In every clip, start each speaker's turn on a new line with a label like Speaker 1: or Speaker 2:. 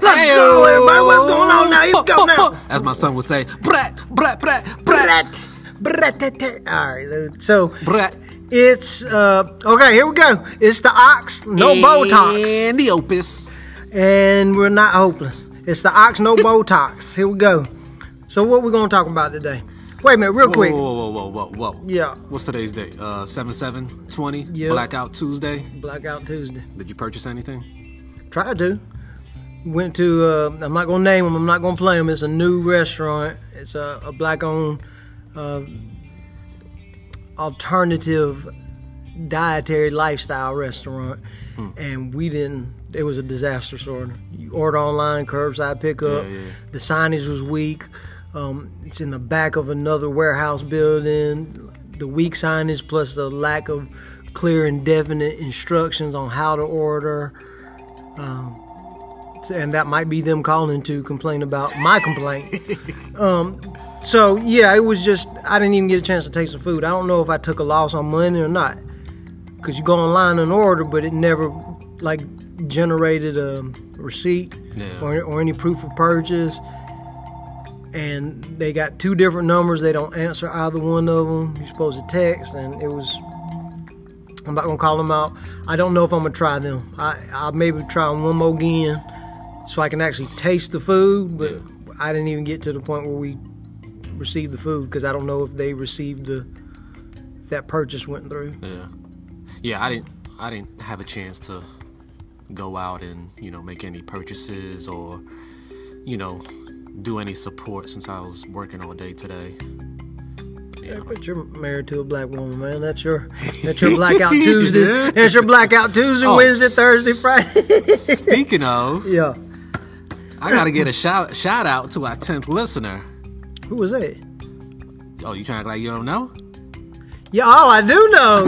Speaker 1: Let's go, everybody. What's going on now? Let's go now.
Speaker 2: As my son would say, brat, brat, brat,
Speaker 1: Brat.
Speaker 2: brat,
Speaker 1: Brat. tat, tat. All right. uh, So
Speaker 2: brat.
Speaker 1: it's, uh, okay, here we go. It's the ox, no
Speaker 2: Eh.
Speaker 1: Botox.
Speaker 2: And the opus.
Speaker 1: And we're not hopeless. It's the ox, no Botox. Here we go. So what we going to talk about today? Wait a minute, real
Speaker 2: Whoa,
Speaker 1: quick.
Speaker 2: whoa, whoa, whoa, whoa, whoa. whoa.
Speaker 1: Yeah.
Speaker 2: What's today's date? Uh, 7 7 20?
Speaker 1: Yeah.
Speaker 2: Blackout Tuesday?
Speaker 1: Blackout Tuesday.
Speaker 2: Did you purchase anything?
Speaker 1: Tried to. Went to. Uh, I'm not gonna name them. I'm not gonna play them. It's a new restaurant. It's a, a black-owned uh, alternative dietary lifestyle restaurant,
Speaker 2: Hmm.
Speaker 1: and we didn't. It was a disaster sort of. You order online, curbside pickup.
Speaker 2: Yeah, yeah.
Speaker 1: The signage was weak. Um, it's in the back of another warehouse building. The weak signage plus the lack of clear and definite instructions on how to order. and that might be them calling to complain about my complaint. um, so yeah, it was just I didn't even get a chance to taste the food. I don't know if I took a loss on money or not, because you go online and order, but it never like generated a receipt
Speaker 2: Yeah.
Speaker 1: or, or any proof of purchase. And they got two different numbers. They don't answer either one of them. You're supposed to text, and it was I'm not gonna call them out. I don't know if I'm gonna try them. I I maybe try them one more again, so I can actually taste the food. But
Speaker 2: Yeah.
Speaker 1: I didn't even get to the point where we received the food because I don't know if they received the if that purchase went through.
Speaker 2: Yeah. Yeah, I didn't I didn't have a chance to go out and, you know, make any purchases or you know, do any support since I was working all day today. Yeah.
Speaker 1: But you're married to a black woman, man. That's your that's your blackout Tuesday. That's your blackout Tuesday,
Speaker 2: Oh,
Speaker 1: Wednesday, Thursday, Friday.
Speaker 2: Speaking of,
Speaker 1: yeah.
Speaker 2: I gotta get a shout shout out to our tenth listener.
Speaker 1: Who was that?
Speaker 2: Oh, you trying to act like you don't know?
Speaker 1: Yeah, oh, I do know.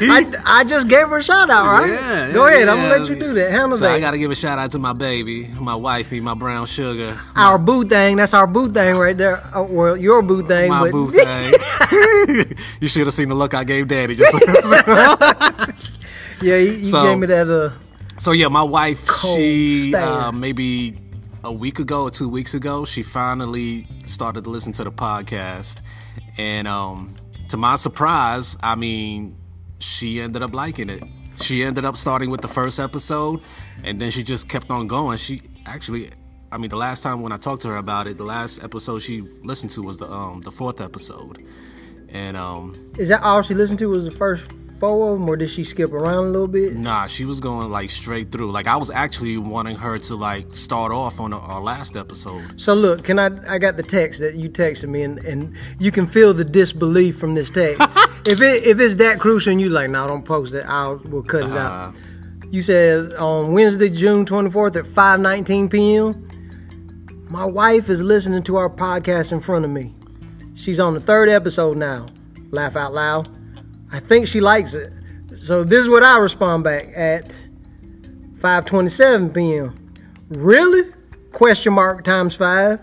Speaker 1: Yeah, I, I just gave her a shout out, right?
Speaker 2: Yeah,
Speaker 1: Go
Speaker 2: yeah,
Speaker 1: ahead. I'm
Speaker 2: yeah.
Speaker 1: gonna let you do that. Handle
Speaker 2: So
Speaker 1: that.
Speaker 2: I gotta give a shout out to my baby, my wifey, my brown sugar,
Speaker 1: our boo thing. That's our boo thing right there. Oh, well, your boo thing.
Speaker 2: my
Speaker 1: but
Speaker 2: boo thing. you should have seen the look I gave daddy. Just
Speaker 1: Yeah, you, you
Speaker 2: So-
Speaker 1: gave me that. Uh,
Speaker 2: so yeah, my wife,
Speaker 1: Cold
Speaker 2: she
Speaker 1: stare.
Speaker 2: uh, maybe a week ago or two weeks ago, she finally started to listen to the podcast, and um, to my surprise, I mean, she ended up liking it. She ended up starting with the first episode, and then she just kept on going. She actually. I mean, the last time when I talked to her about it, the last episode she listened to was the um, the fourth episode, and um,
Speaker 1: is that all she listened to? Was the first four of them, or did she skip around a little bit?
Speaker 2: Nah, she was going like straight through. Like I was actually wanting her to like start off on our last episode.
Speaker 1: So look, can I? I got the text that you texted me, and, and you can feel the disbelief from this text. if it if it's that crucial, and you like, no, don't post it. I'll we'll cut it out. You said on Wednesday, June twenty fourth at five nineteen p.m. My wife is listening to our podcast in front of me. She's on the third episode now. Laugh out loud. I think she likes it. So this is what I respond back at 5:27 p.m. Really? Question mark times five.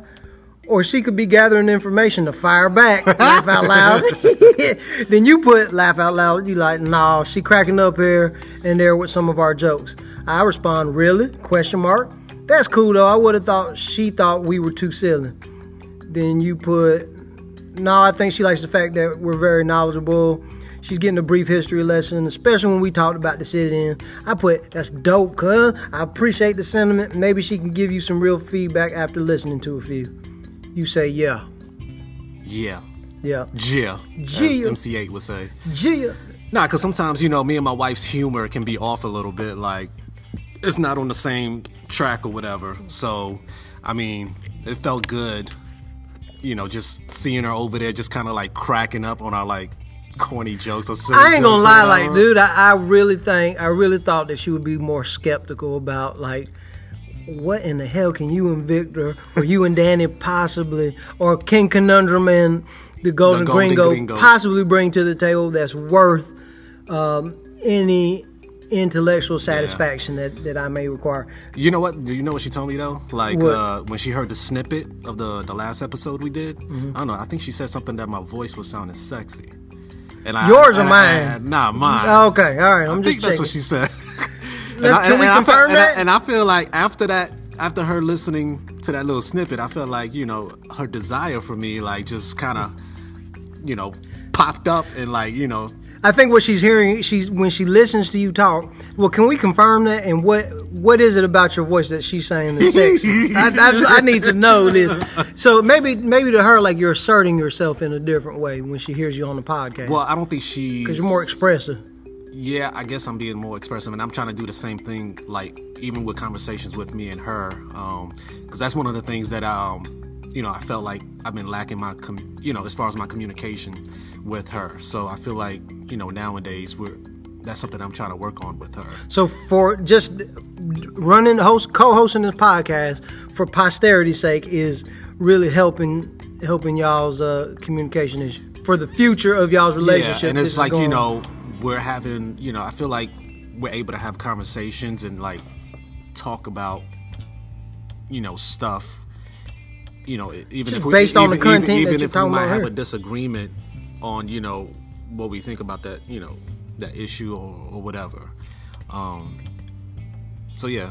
Speaker 1: Or she could be gathering information to fire back. laugh out loud. then you put laugh out loud. You like, nah, she cracking up here and there with some of our jokes. I respond, really? Question mark. That's cool though. I would have thought she thought we were too silly. Then you put no, I think she likes the fact that we're very knowledgeable. She's getting a brief history lesson, especially when we talked about the sit in. I put, that's dope, cuz. I appreciate the sentiment. Maybe she can give you some real feedback after listening to a few. You say, yeah,
Speaker 2: Yeah,
Speaker 1: yeah,
Speaker 2: yeah.
Speaker 1: Yeah.
Speaker 2: As MC8 would say.
Speaker 1: yeah.
Speaker 2: Nah, cause sometimes you know me and my wife's humor can be off a little bit. Like it's not on the same track or whatever. So, I mean, it felt good. You know, just seeing her over there, just kind of like cracking up on our like corny jokes or silly
Speaker 1: I ain't gonna
Speaker 2: jokes or
Speaker 1: lie, like,
Speaker 2: whatever.
Speaker 1: dude, I, I really think, I really thought that she would be more skeptical about, like, what in the hell can you and Victor, or you and Danny possibly, or King Conundrum and the Golden,
Speaker 2: Golden
Speaker 1: Gringo,
Speaker 2: Gringo.
Speaker 1: possibly bring to the table that's worth um, any intellectual satisfaction that, that I may require?
Speaker 2: You know what? Do you know what she told me though? Like
Speaker 1: What?
Speaker 2: Uh, when she heard the snippet of the the last episode we did,
Speaker 1: Mm-hmm.
Speaker 2: I don't know. I think she said something that my voice was sounding sexy. And I,
Speaker 1: Yours or
Speaker 2: and I-
Speaker 1: mine?
Speaker 2: nah, mine.
Speaker 1: Okay, all right, I'm
Speaker 2: I
Speaker 1: just
Speaker 2: think that's what
Speaker 1: checking.
Speaker 2: she said.
Speaker 1: Let's- can we
Speaker 2: I feel,
Speaker 1: confirm
Speaker 2: and I-
Speaker 1: that?
Speaker 2: and I feel like after that, after her listening to that little snippet, I felt like you know her desire for me like just kind of you know popped up and like you know
Speaker 1: I think what she's hearing, she's when she listens to you talk. Well, can we confirm that? And what what is it about your voice that she's saying that's sexy? I, I, I need to know this. So maybe maybe to her, like you're asserting yourself in a different way when she hears you on the podcast.
Speaker 2: well I don't think she
Speaker 1: because you're more expressive.
Speaker 2: yeah I guess I'm being more expressive and I'm trying to do the same thing like even with conversations with me and her um because that's one of the things that um you know I felt like I've been lacking my com- you know as far as my communication with her so I feel like you know nowadays we're that's something I'm trying to work on with her
Speaker 1: So for just running host co-hosting this podcast for posterity's sake is really helping helping y'all's uh, communication issue for the future of y'all's relationship.
Speaker 2: Yeah, and
Speaker 1: this
Speaker 2: it's
Speaker 1: is
Speaker 2: like you
Speaker 1: going-
Speaker 2: know we're having you know I feel like we're able to have conversations and like talk about you know stuff. You know, e- even
Speaker 1: Just
Speaker 2: if we
Speaker 1: based on the
Speaker 2: even, even-
Speaker 1: content
Speaker 2: even
Speaker 1: that you're
Speaker 2: if we
Speaker 1: talking
Speaker 2: might
Speaker 1: about
Speaker 2: have
Speaker 1: here.
Speaker 2: a disagreement on you know what we think about that you know that issue or, or whatever. Um, so yeah,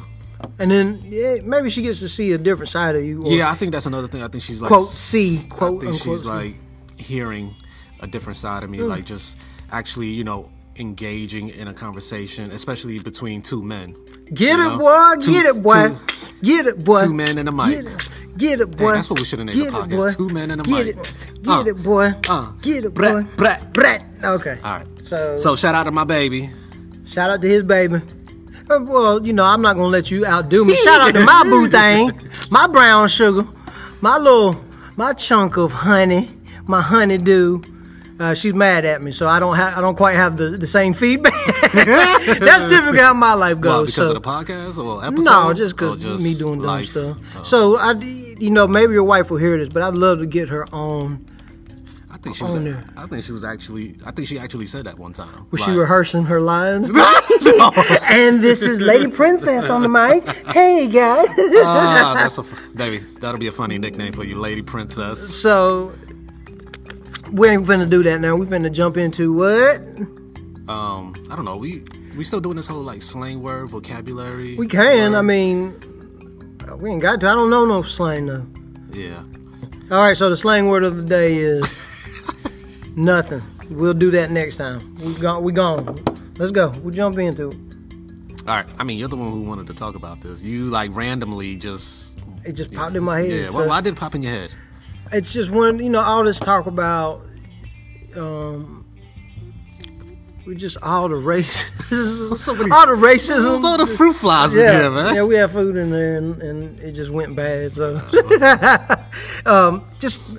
Speaker 1: and then yeah, maybe she gets to see a different side of you. Or,
Speaker 2: yeah, I think that's another thing. I think she's like
Speaker 1: Quote, see,
Speaker 2: s- I
Speaker 1: quote,
Speaker 2: think
Speaker 1: unquote, Mm.
Speaker 2: she's
Speaker 1: see.
Speaker 2: like hearing a different side of me, like just actually, you know, engaging in a conversation, especially between two men.
Speaker 1: Get
Speaker 2: you
Speaker 1: it,
Speaker 2: know?
Speaker 1: boy.
Speaker 2: Two-
Speaker 1: get it, boy.
Speaker 2: two-
Speaker 1: get it, boy.
Speaker 2: two men and a mic.
Speaker 1: Get it, get it boy.
Speaker 2: that's what we should have named the
Speaker 1: Get it,
Speaker 2: podcast,
Speaker 1: boy.
Speaker 2: Two Men and a Mic.
Speaker 1: get It, get
Speaker 2: Uh,
Speaker 1: it, boy.
Speaker 2: uh,
Speaker 1: get it,
Speaker 2: Brett,
Speaker 1: boy.
Speaker 2: Brett.
Speaker 1: Brett. Okay.
Speaker 2: All right.
Speaker 1: So,
Speaker 2: So shout out to my baby.
Speaker 1: shout out to his baby. Uh, Well, you know, I'm not gonna let you outdo me. Shout out to my boo thing, my brown sugar, my little, my chunk of honey, my honey dew. Uh, she's mad at me, so I don't have, I don't quite have the, the same feedback. That's typically how my life goes.
Speaker 2: Well, because
Speaker 1: so.
Speaker 2: of the podcast or episode?
Speaker 1: No, just
Speaker 2: Or
Speaker 1: because me doing dumb
Speaker 2: life?
Speaker 1: stuff.
Speaker 2: Oh,
Speaker 1: so I, d- you know, maybe your wife will hear this, but I'd love to get her on.
Speaker 2: I think she was.
Speaker 1: on there.
Speaker 2: I think she was actually. I think she actually said that one time.
Speaker 1: Was she
Speaker 2: Like,
Speaker 1: rehearsing her lines? and this is Lady Princess on the mic. Hey guys.
Speaker 2: Ah, that's a f- baby. That'll be a funny nickname for you, Lady Princess.
Speaker 1: so we ain't finna do that now. We finna jump into what
Speaker 2: um i don't know we we still doing this whole like slang word vocabulary
Speaker 1: we can. I
Speaker 2: word?
Speaker 1: mean, we ain't got to. I don't know no slang though.
Speaker 2: yeah
Speaker 1: All right, so the slang word of the day is nothing. We'll do that next time. We gone. We gone. Let's go. We jump into it.
Speaker 2: all right i mean you're the one who wanted to talk about this you like randomly just
Speaker 1: It just popped in my head.
Speaker 2: yeah
Speaker 1: so
Speaker 2: well why did it pop in your head
Speaker 1: It's just when you know all this talk about, um, we just all the racism,
Speaker 2: so many-
Speaker 1: all the racism.
Speaker 2: There's all the fruit flies in
Speaker 1: yeah,
Speaker 2: here man
Speaker 1: yeah, we had food in there and, and it just went bad. So,
Speaker 2: Uh,
Speaker 1: um, just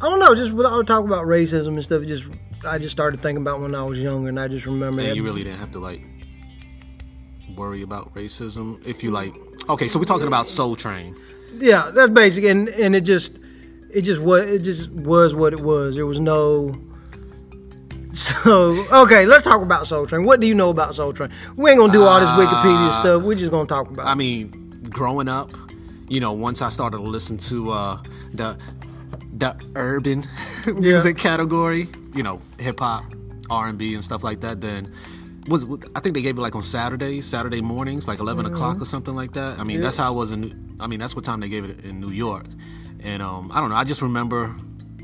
Speaker 1: I don't know. Just with all the talk about racism and stuff, it just I just started thinking about when I was younger, and I just remember
Speaker 2: and
Speaker 1: that.
Speaker 2: you really didn't have to like worry about racism if you like okay so we're talking about soul train
Speaker 1: yeah, that's basic, and and it just it just what it just was what it was. There was no. So okay, let's talk about Soul Train. What do you know about Soul Train? We ain't gonna do all this
Speaker 2: Uh,
Speaker 1: Wikipedia stuff. We're just gonna talk about.
Speaker 2: i
Speaker 1: it.
Speaker 2: mean growing up you know once i started to listen to uh the the urban music category, you know, hip hop, R and B, and stuff like that. Then was I think they gave it like on Saturdays, Saturday mornings, like 11
Speaker 1: Mm-hmm.
Speaker 2: o'clock or something like that. I mean, that's how it was in. I mean, that's what time they gave it in New York. And um, I don't know. I just remember,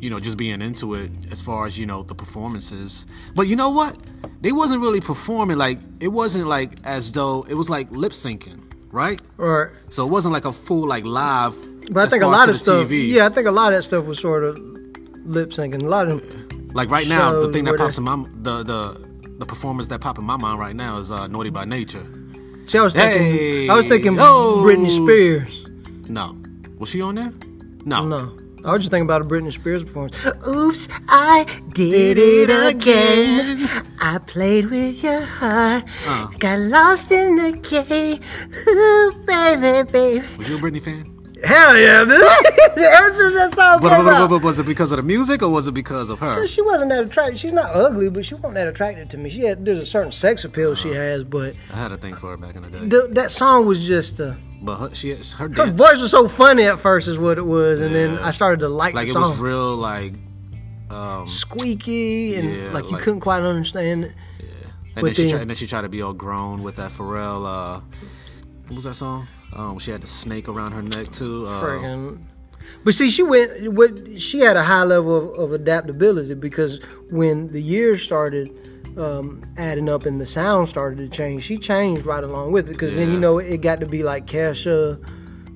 Speaker 2: you know, just being into it as far as you know the performances. But you know what? They wasn't really performing. Like it wasn't like as though it was like lip syncing, right?
Speaker 1: or
Speaker 2: So it wasn't like a full like live.
Speaker 1: but I
Speaker 2: as
Speaker 1: think a
Speaker 2: far as
Speaker 1: lot
Speaker 2: to
Speaker 1: of
Speaker 2: the
Speaker 1: stuff.
Speaker 2: TV.
Speaker 1: Yeah, I think a lot of that stuff was sort of lip syncing. A lot of
Speaker 2: Like right now, the
Speaker 1: shows
Speaker 2: thing that
Speaker 1: where they-
Speaker 2: pops in my the the the performers that pop in my mind right now is uh, Naughty by Nature.
Speaker 1: see, I was thinking. I was thinking
Speaker 2: Hey, yo.
Speaker 1: Britney Spears.
Speaker 2: No, was she on there? No.
Speaker 1: No, I was just thinking about a Britney Spears performance. Oops, I did it again. I played with your heart, got lost in the cave. Ooh, baby, baby.
Speaker 2: Was you a Britney fan?
Speaker 1: Hell yeah, dude. Ever since that song
Speaker 2: But,
Speaker 1: came
Speaker 2: but, but,
Speaker 1: out.
Speaker 2: but was it because of the music or was it because of her?
Speaker 1: She wasn't that attractive. She's not ugly, but she wasn't that attractive to me. She had, there's a certain sex appeal she
Speaker 2: Uh-huh.
Speaker 1: has, but
Speaker 2: I had a thing for her back in the day.
Speaker 1: th- that song was just. Uh,
Speaker 2: But her, she her
Speaker 1: her
Speaker 2: dance
Speaker 1: voice was so funny at first, is what it was, and then
Speaker 2: Yeah.
Speaker 1: I started to like,
Speaker 2: like
Speaker 1: the
Speaker 2: it
Speaker 1: song.
Speaker 2: was real like um
Speaker 1: squeaky and
Speaker 2: Yeah,
Speaker 1: like you
Speaker 2: like-
Speaker 1: couldn't quite understand it.
Speaker 2: and then, she
Speaker 1: then-
Speaker 2: tried, and then she tried to be all grown with that Pharrell uh what was that song? Um, she had the snake around her neck too. Uh,
Speaker 1: Friggin'. But see, she went. What she had a high level of, of adaptability because when the years started um, adding up and the sound started to change, she changed right along with it. Because then you
Speaker 2: Yeah.
Speaker 1: know it got to be like Kesha,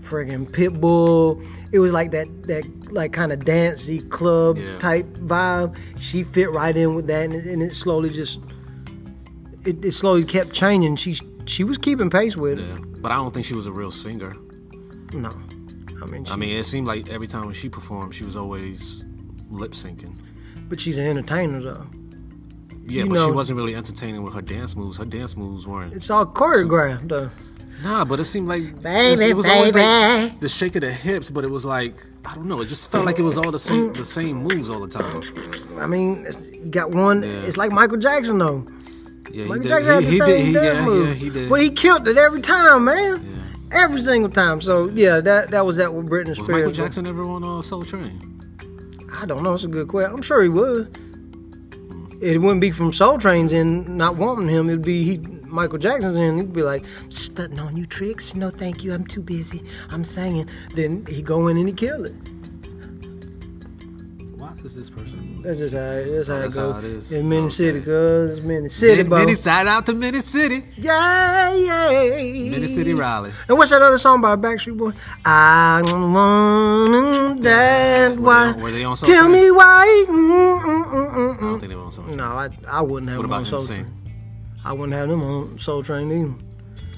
Speaker 1: friggin' Pitbull. It was like that that like kind of dancey club
Speaker 2: Yeah.
Speaker 1: type vibe. She fit right in with that, and it, and it slowly just it, it slowly kept changing. She she was keeping pace with
Speaker 2: yeah. But I don't think she was a real singer.
Speaker 1: it. No, I mean, she,
Speaker 2: I mean, it seemed like every time when she performed, she was always lip syncing.
Speaker 1: but she's an entertainer though.
Speaker 2: Yeah,
Speaker 1: You
Speaker 2: but she
Speaker 1: know-
Speaker 2: wasn't really entertaining with her dance moves. Her dance moves weren't.
Speaker 1: It's all choreographed though.
Speaker 2: Nah, but it seemed like it was-
Speaker 1: Baby,
Speaker 2: it was always
Speaker 1: baby.
Speaker 2: like the shake of the hips, but it was like I don't know. It just felt like it was all the same, the same moves all the time.
Speaker 1: I mean, it's, you got one. It's like Michael Jackson though.
Speaker 2: Yeah, he
Speaker 1: Michael
Speaker 2: did.
Speaker 1: Jackson
Speaker 2: He,
Speaker 1: had the
Speaker 2: he
Speaker 1: same
Speaker 2: did. He,
Speaker 1: dance
Speaker 2: yeah,
Speaker 1: move,
Speaker 2: yeah, he did.
Speaker 1: but he killed it every time, man. Every single time. So yeah, that that was that with Britney
Speaker 2: was
Speaker 1: Spears.
Speaker 2: Michael
Speaker 1: but
Speaker 2: Jackson ever on uh, Soul Train?
Speaker 1: I don't know. It's a good question. I'm sure he would. It wouldn't be from Soul Train's in not wanting him. It'd be he, Michael Jackson's in. He'd be like, "Stunting on you tricks? No, thank you. I'm too busy. I'm singing." Then he go in and he kill it.
Speaker 2: Why is this person?
Speaker 1: That's just how. It, that's how
Speaker 2: that's
Speaker 1: it goes.
Speaker 2: how it is.
Speaker 1: In Mini City,
Speaker 2: Okay.
Speaker 1: cuz it's Mini City,
Speaker 2: Mid-
Speaker 1: bro.
Speaker 2: Mid- shout out to Mid City,
Speaker 1: Yeah, yeah.
Speaker 2: Mid City Raleigh.
Speaker 1: And what's that other song by Backstreet Boy? I want
Speaker 2: Were
Speaker 1: that
Speaker 2: they
Speaker 1: why.
Speaker 2: on- were they on Soul
Speaker 1: Tell
Speaker 2: Train?
Speaker 1: me why. Mm, mm, mm, mm,
Speaker 2: I
Speaker 1: mm.
Speaker 2: don't think they were on Soul Train.
Speaker 1: No, I, I wouldn't have
Speaker 2: What
Speaker 1: them on
Speaker 2: about
Speaker 1: Soul
Speaker 2: NSYNC?
Speaker 1: Train. I wouldn't have them on Soul Train either.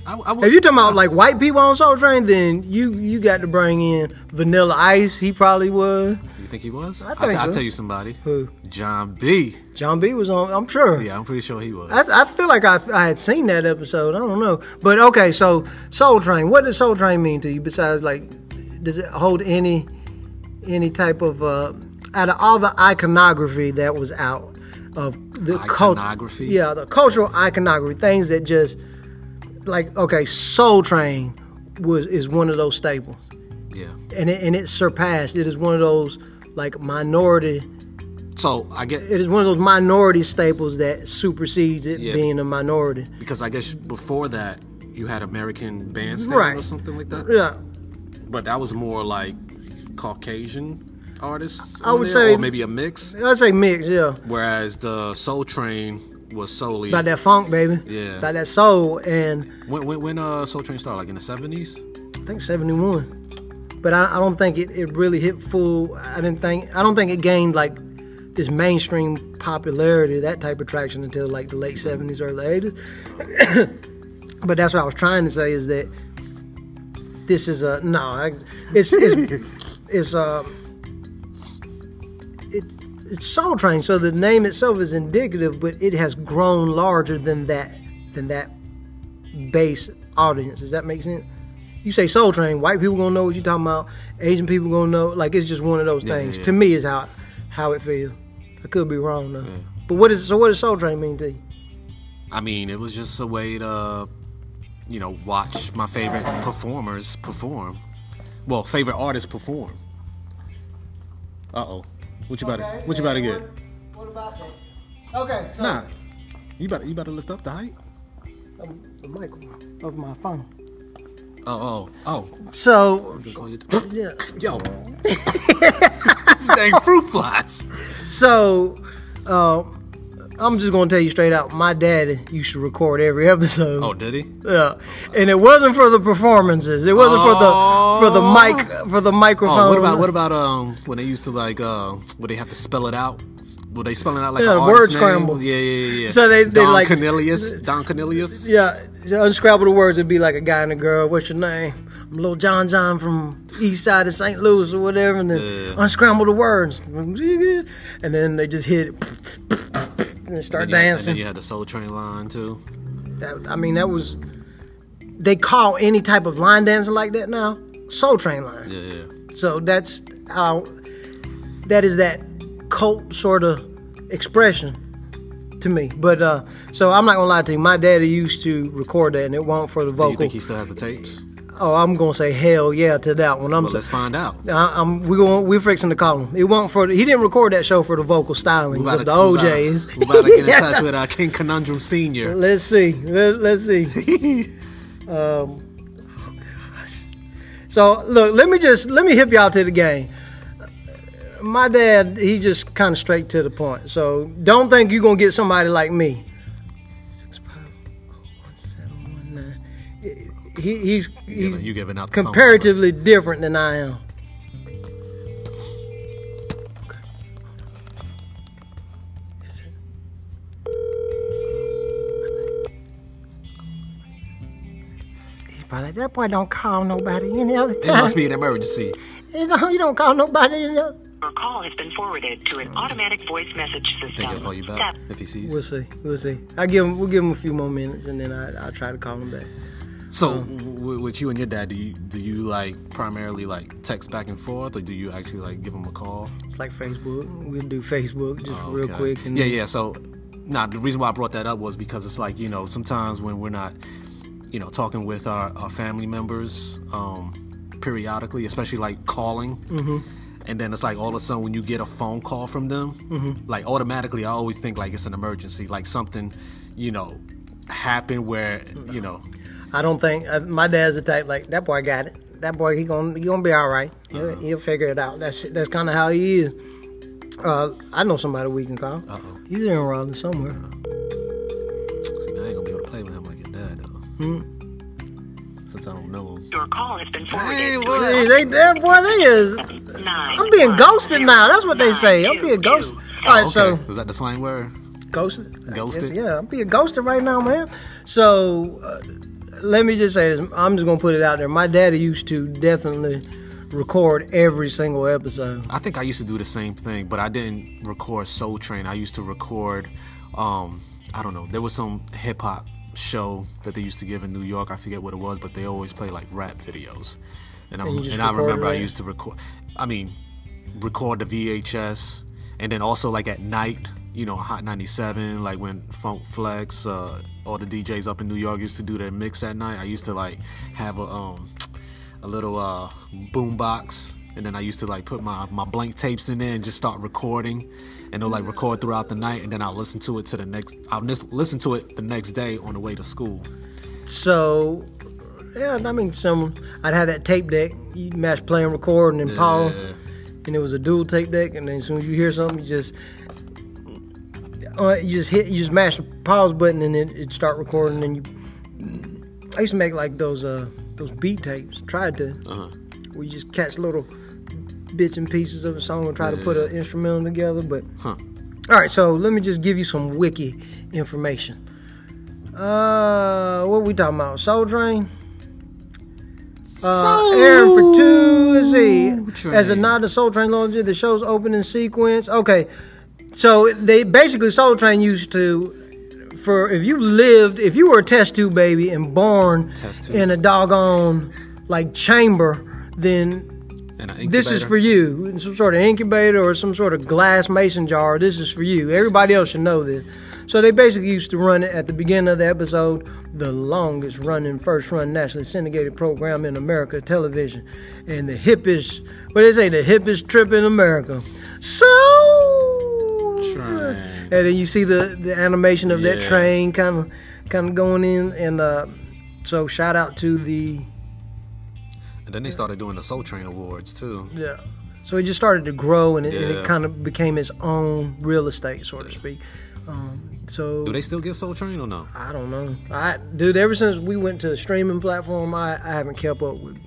Speaker 2: I, I would-
Speaker 1: If you're talking about like white people on Soul Train, then you you got to bring in Vanilla Ice. He probably was.
Speaker 2: you think he was?
Speaker 1: I think
Speaker 2: will t- I'll
Speaker 1: so.
Speaker 2: tell you somebody.
Speaker 1: Who?
Speaker 2: John B.
Speaker 1: John B was on. I'm sure.
Speaker 2: Yeah, I'm pretty sure he was.
Speaker 1: I, I feel like I, I had seen that episode. I don't know, but okay. So Soul Train. What does Soul Train mean to you? Besides, like, does it hold any any type of uh, out of all the iconography that was out of the cult-
Speaker 2: Iconography?
Speaker 1: yeah, the cultural iconography, things that just like okay, Soul Train was is one of those staples,
Speaker 2: yeah.
Speaker 1: and it, and it surpassed. It is one of those like minority.
Speaker 2: So I get
Speaker 1: It is one of those minority staples that supersedes it
Speaker 2: Yeah.
Speaker 1: being a minority.
Speaker 2: because I guess before that you had American Bandstand
Speaker 1: Right.
Speaker 2: or something like that,
Speaker 1: Yeah.
Speaker 2: but that was more like Caucasian artists.
Speaker 1: I
Speaker 2: on
Speaker 1: would
Speaker 2: there,
Speaker 1: say-
Speaker 2: or maybe a mix.
Speaker 1: I'd say mix, yeah.
Speaker 2: Whereas the Soul Train was solely
Speaker 1: About that funk, baby.
Speaker 2: Yeah.
Speaker 1: About that soul, and
Speaker 2: when when, when uh, Soul Train started, like in the seventies.
Speaker 1: I think '71. But I, I don't think it, it really hit full. I didn't think. I don't think it gained like this mainstream popularity, that type of traction, until like the late '70s, early '80s. but that's what I was trying to say is that this is a no. I, it's it's it's uh, it, it's Soul Train. So the name itself is indicative, but it has grown larger than that than that base audience. Does that make sense? You say Soul Train, white people gonna know what you're talking about. Asian people gonna know. Like it's just one of those
Speaker 2: Yeah,
Speaker 1: things.
Speaker 2: yeah,
Speaker 1: To
Speaker 2: yeah.
Speaker 1: me, is how how it feels. I could be wrong though. But what is so? What does Soul Train mean to you?
Speaker 2: I mean, it was just a way to, you know, watch my favorite performers perform. Well, favorite artists perform. Uh oh, what you about to what you about to get?
Speaker 1: What about that? Okay, so
Speaker 2: Nah, you about you about to lift up the height?
Speaker 1: um, the mic of my phone.
Speaker 2: Oh oh oh.
Speaker 1: So
Speaker 2: Just call you-
Speaker 1: yeah.
Speaker 2: Yo, These dang fruit flies.
Speaker 1: So, uh, I'm just gonna tell you straight out. My daddy used to record every episode.
Speaker 2: Oh, did he?
Speaker 1: Yeah, and it wasn't for the performances. It wasn't for the for the mic for the microphone.
Speaker 2: Oh, what about what about um when they used to like uh when they have to spell it out? Were they spelling out like
Speaker 1: Yeah,
Speaker 2: an
Speaker 1: word
Speaker 2: artist name?
Speaker 1: scramble.
Speaker 2: Yeah, yeah, yeah. yeah.
Speaker 1: So they- they
Speaker 2: Don
Speaker 1: like-
Speaker 2: Cornelius. Don Cornelius.
Speaker 1: Yeah, to unscrabble the words. It'd be like a guy and a girl. What's your name? I'm Little John John from East Side of St. Louis or whatever. And then unscramble the words, and then they just hit it and then start
Speaker 2: And you- And
Speaker 1: dancing.
Speaker 2: then you had the Soul Train line too.
Speaker 1: That, I mean, that was. They call any type of line dancing like that now Soul Train line.
Speaker 2: Yeah, yeah.
Speaker 1: So that's how that is that cult sort of expression to me. But uh so I'm not gonna lie to you, my daddy used to record that and it won't for the
Speaker 2: Do you
Speaker 1: vocal.
Speaker 2: think he still has the tapes?
Speaker 1: Oh, I'm gonna say hell yeah to that one. I'm
Speaker 2: Well, let's find out.
Speaker 1: I, I'm we going we're fixing to call him. It won't for the, he didn't record that show for the vocal stylings of the OJs.
Speaker 2: We're about to get in touch with uh, King Conundrum Senior.
Speaker 1: Let's see. Let, let's see. um, So look, let me just let me hip y'all to the game. My dad, he just kind of straight to the point. So don't think you're gonna get somebody like me. Six, five, oh, one, seven, one, nine. He, he's
Speaker 2: You
Speaker 1: he's
Speaker 2: giving- you giving out the phone number.
Speaker 1: comparatively different than I am. But at that point, don't call nobody any other
Speaker 2: It
Speaker 1: time.
Speaker 2: must be an emergency.
Speaker 1: You, know, you don't call nobody any other.
Speaker 3: Your call has been forwarded to an automatic voice message
Speaker 2: Think
Speaker 3: system.
Speaker 2: he'll call you back
Speaker 3: Step
Speaker 2: if he sees.
Speaker 1: We'll see. We'll see. I give him. We'll give him a few more minutes, and then I, I'll try to call him back.
Speaker 2: So, w- with you and your dad, do you do you like primarily like text back and forth, or do you actually like give him a call?
Speaker 1: It's like Facebook. We'll do Facebook just
Speaker 2: Oh,
Speaker 1: real
Speaker 2: Okay.
Speaker 1: quick. And
Speaker 2: yeah, yeah. So, nah, the reason why I brought that up was because it's like you know sometimes when we're not, you know, talking with our, our family members um, periodically, especially like calling,
Speaker 1: Mm-hmm.
Speaker 2: and then it's like all of a sudden when you get a phone call from them,
Speaker 1: Mm-hmm.
Speaker 2: like automatically I always think like it's an emergency, like something, you know, happened where you know.
Speaker 1: I don't think uh, my dad's the type like that boy got it. That boy he gonna he gonna be all right. He'll,
Speaker 2: Uh-huh.
Speaker 1: he'll figure it out. That's that's kind of how he is. Uh, I know somebody we can call.
Speaker 2: Uh-oh. Uh-huh.
Speaker 1: He's in Raleigh somewhere.
Speaker 2: See, I ain't gonna be able to play with him like your dad though.
Speaker 1: Hmm.
Speaker 2: Since I don't know him.
Speaker 3: Your call has been forwarded
Speaker 2: Hey,
Speaker 3: to
Speaker 2: boy.
Speaker 1: Hey, they that boy they is.
Speaker 3: an- nine.
Speaker 1: I'm being
Speaker 3: one,
Speaker 1: ghosted
Speaker 3: zero,
Speaker 1: now. That's what they
Speaker 3: nine,
Speaker 1: say. I'm
Speaker 3: two,
Speaker 1: being
Speaker 3: two.
Speaker 1: ghosted. All right,
Speaker 2: okay.
Speaker 1: so
Speaker 2: was that the slang word?
Speaker 1: ghosted. I guess,
Speaker 2: Ghosted?
Speaker 1: yeah, I'm being ghosted right now, man. So uh, let me just say this. I'm just gonna put it out there. My daddy used to definitely record every single episode.
Speaker 2: I think I used to do the same thing, but I didn't record Soul Train. I used to record, um, I don't know. There was some hip hop show that they used to give in New York. I forget what it was, but they always play like rap videos. And, I'm,
Speaker 1: And you
Speaker 2: and,
Speaker 1: just
Speaker 2: I
Speaker 1: recorded
Speaker 2: remember I
Speaker 1: it?
Speaker 2: used to record. I mean, record the VHS, and then also like at night, you know, Hot 97, like when Funk Flex, uh, all the DJs up in New York used to do their mix at night. I used to like have a um, a little uh, boom box, and then I used to like put my my blank tapes in there and just start recording, and they'll like record throughout the night, and then I'll listen to it to the next. I'll lis- listen to it the next day on the way to school.
Speaker 1: So, yeah, I mean, some I'd have that tape deck. You match play and record, and then pause. And it was a dual tape deck. And then as soon as you hear something, you just uh, you just hit, you just mash the pause button, and it it start recording. And you, I used to make like those uh those beat tapes. Tried to,
Speaker 2: Uh-huh.
Speaker 1: where you just catch little bits and pieces of a song and try to put an instrumental together. But
Speaker 2: Huh.
Speaker 1: all right, so let me just give you some wiki information. Uh, what we talking about? Soul Train. Uh, Aaron Pertuzzi as a nod to Soul Train Trilogy, the show's opening sequence. Okay, so they basically Soul Train used to, for if you lived, if you were a test tube baby and born
Speaker 2: Test tube.
Speaker 1: in a doggone like chamber, then
Speaker 2: And an
Speaker 1: this is
Speaker 2: incubator.
Speaker 1: for you in some sort of incubator or some sort of glass mason jar this is for you everybody else should know this so they basically used to run it at the beginning of the episode the longest running first run nationally syndicated program in america television and the hippest what they say the hippest trip in america so
Speaker 2: Train.
Speaker 1: and then you see the the animation of that
Speaker 2: Yeah.
Speaker 1: train kind of kind of going in and uh so shout out to the
Speaker 2: And then they started doing the Soul Train Awards too.
Speaker 1: Yeah. So it just started to grow, and it, and it
Speaker 2: Yeah.
Speaker 1: kind of became its own real estate, so to speak. Um, so
Speaker 2: Do they still give Soul Train or no?
Speaker 1: I don't know. I dude, ever since we went to the streaming platform, I, I haven't kept up with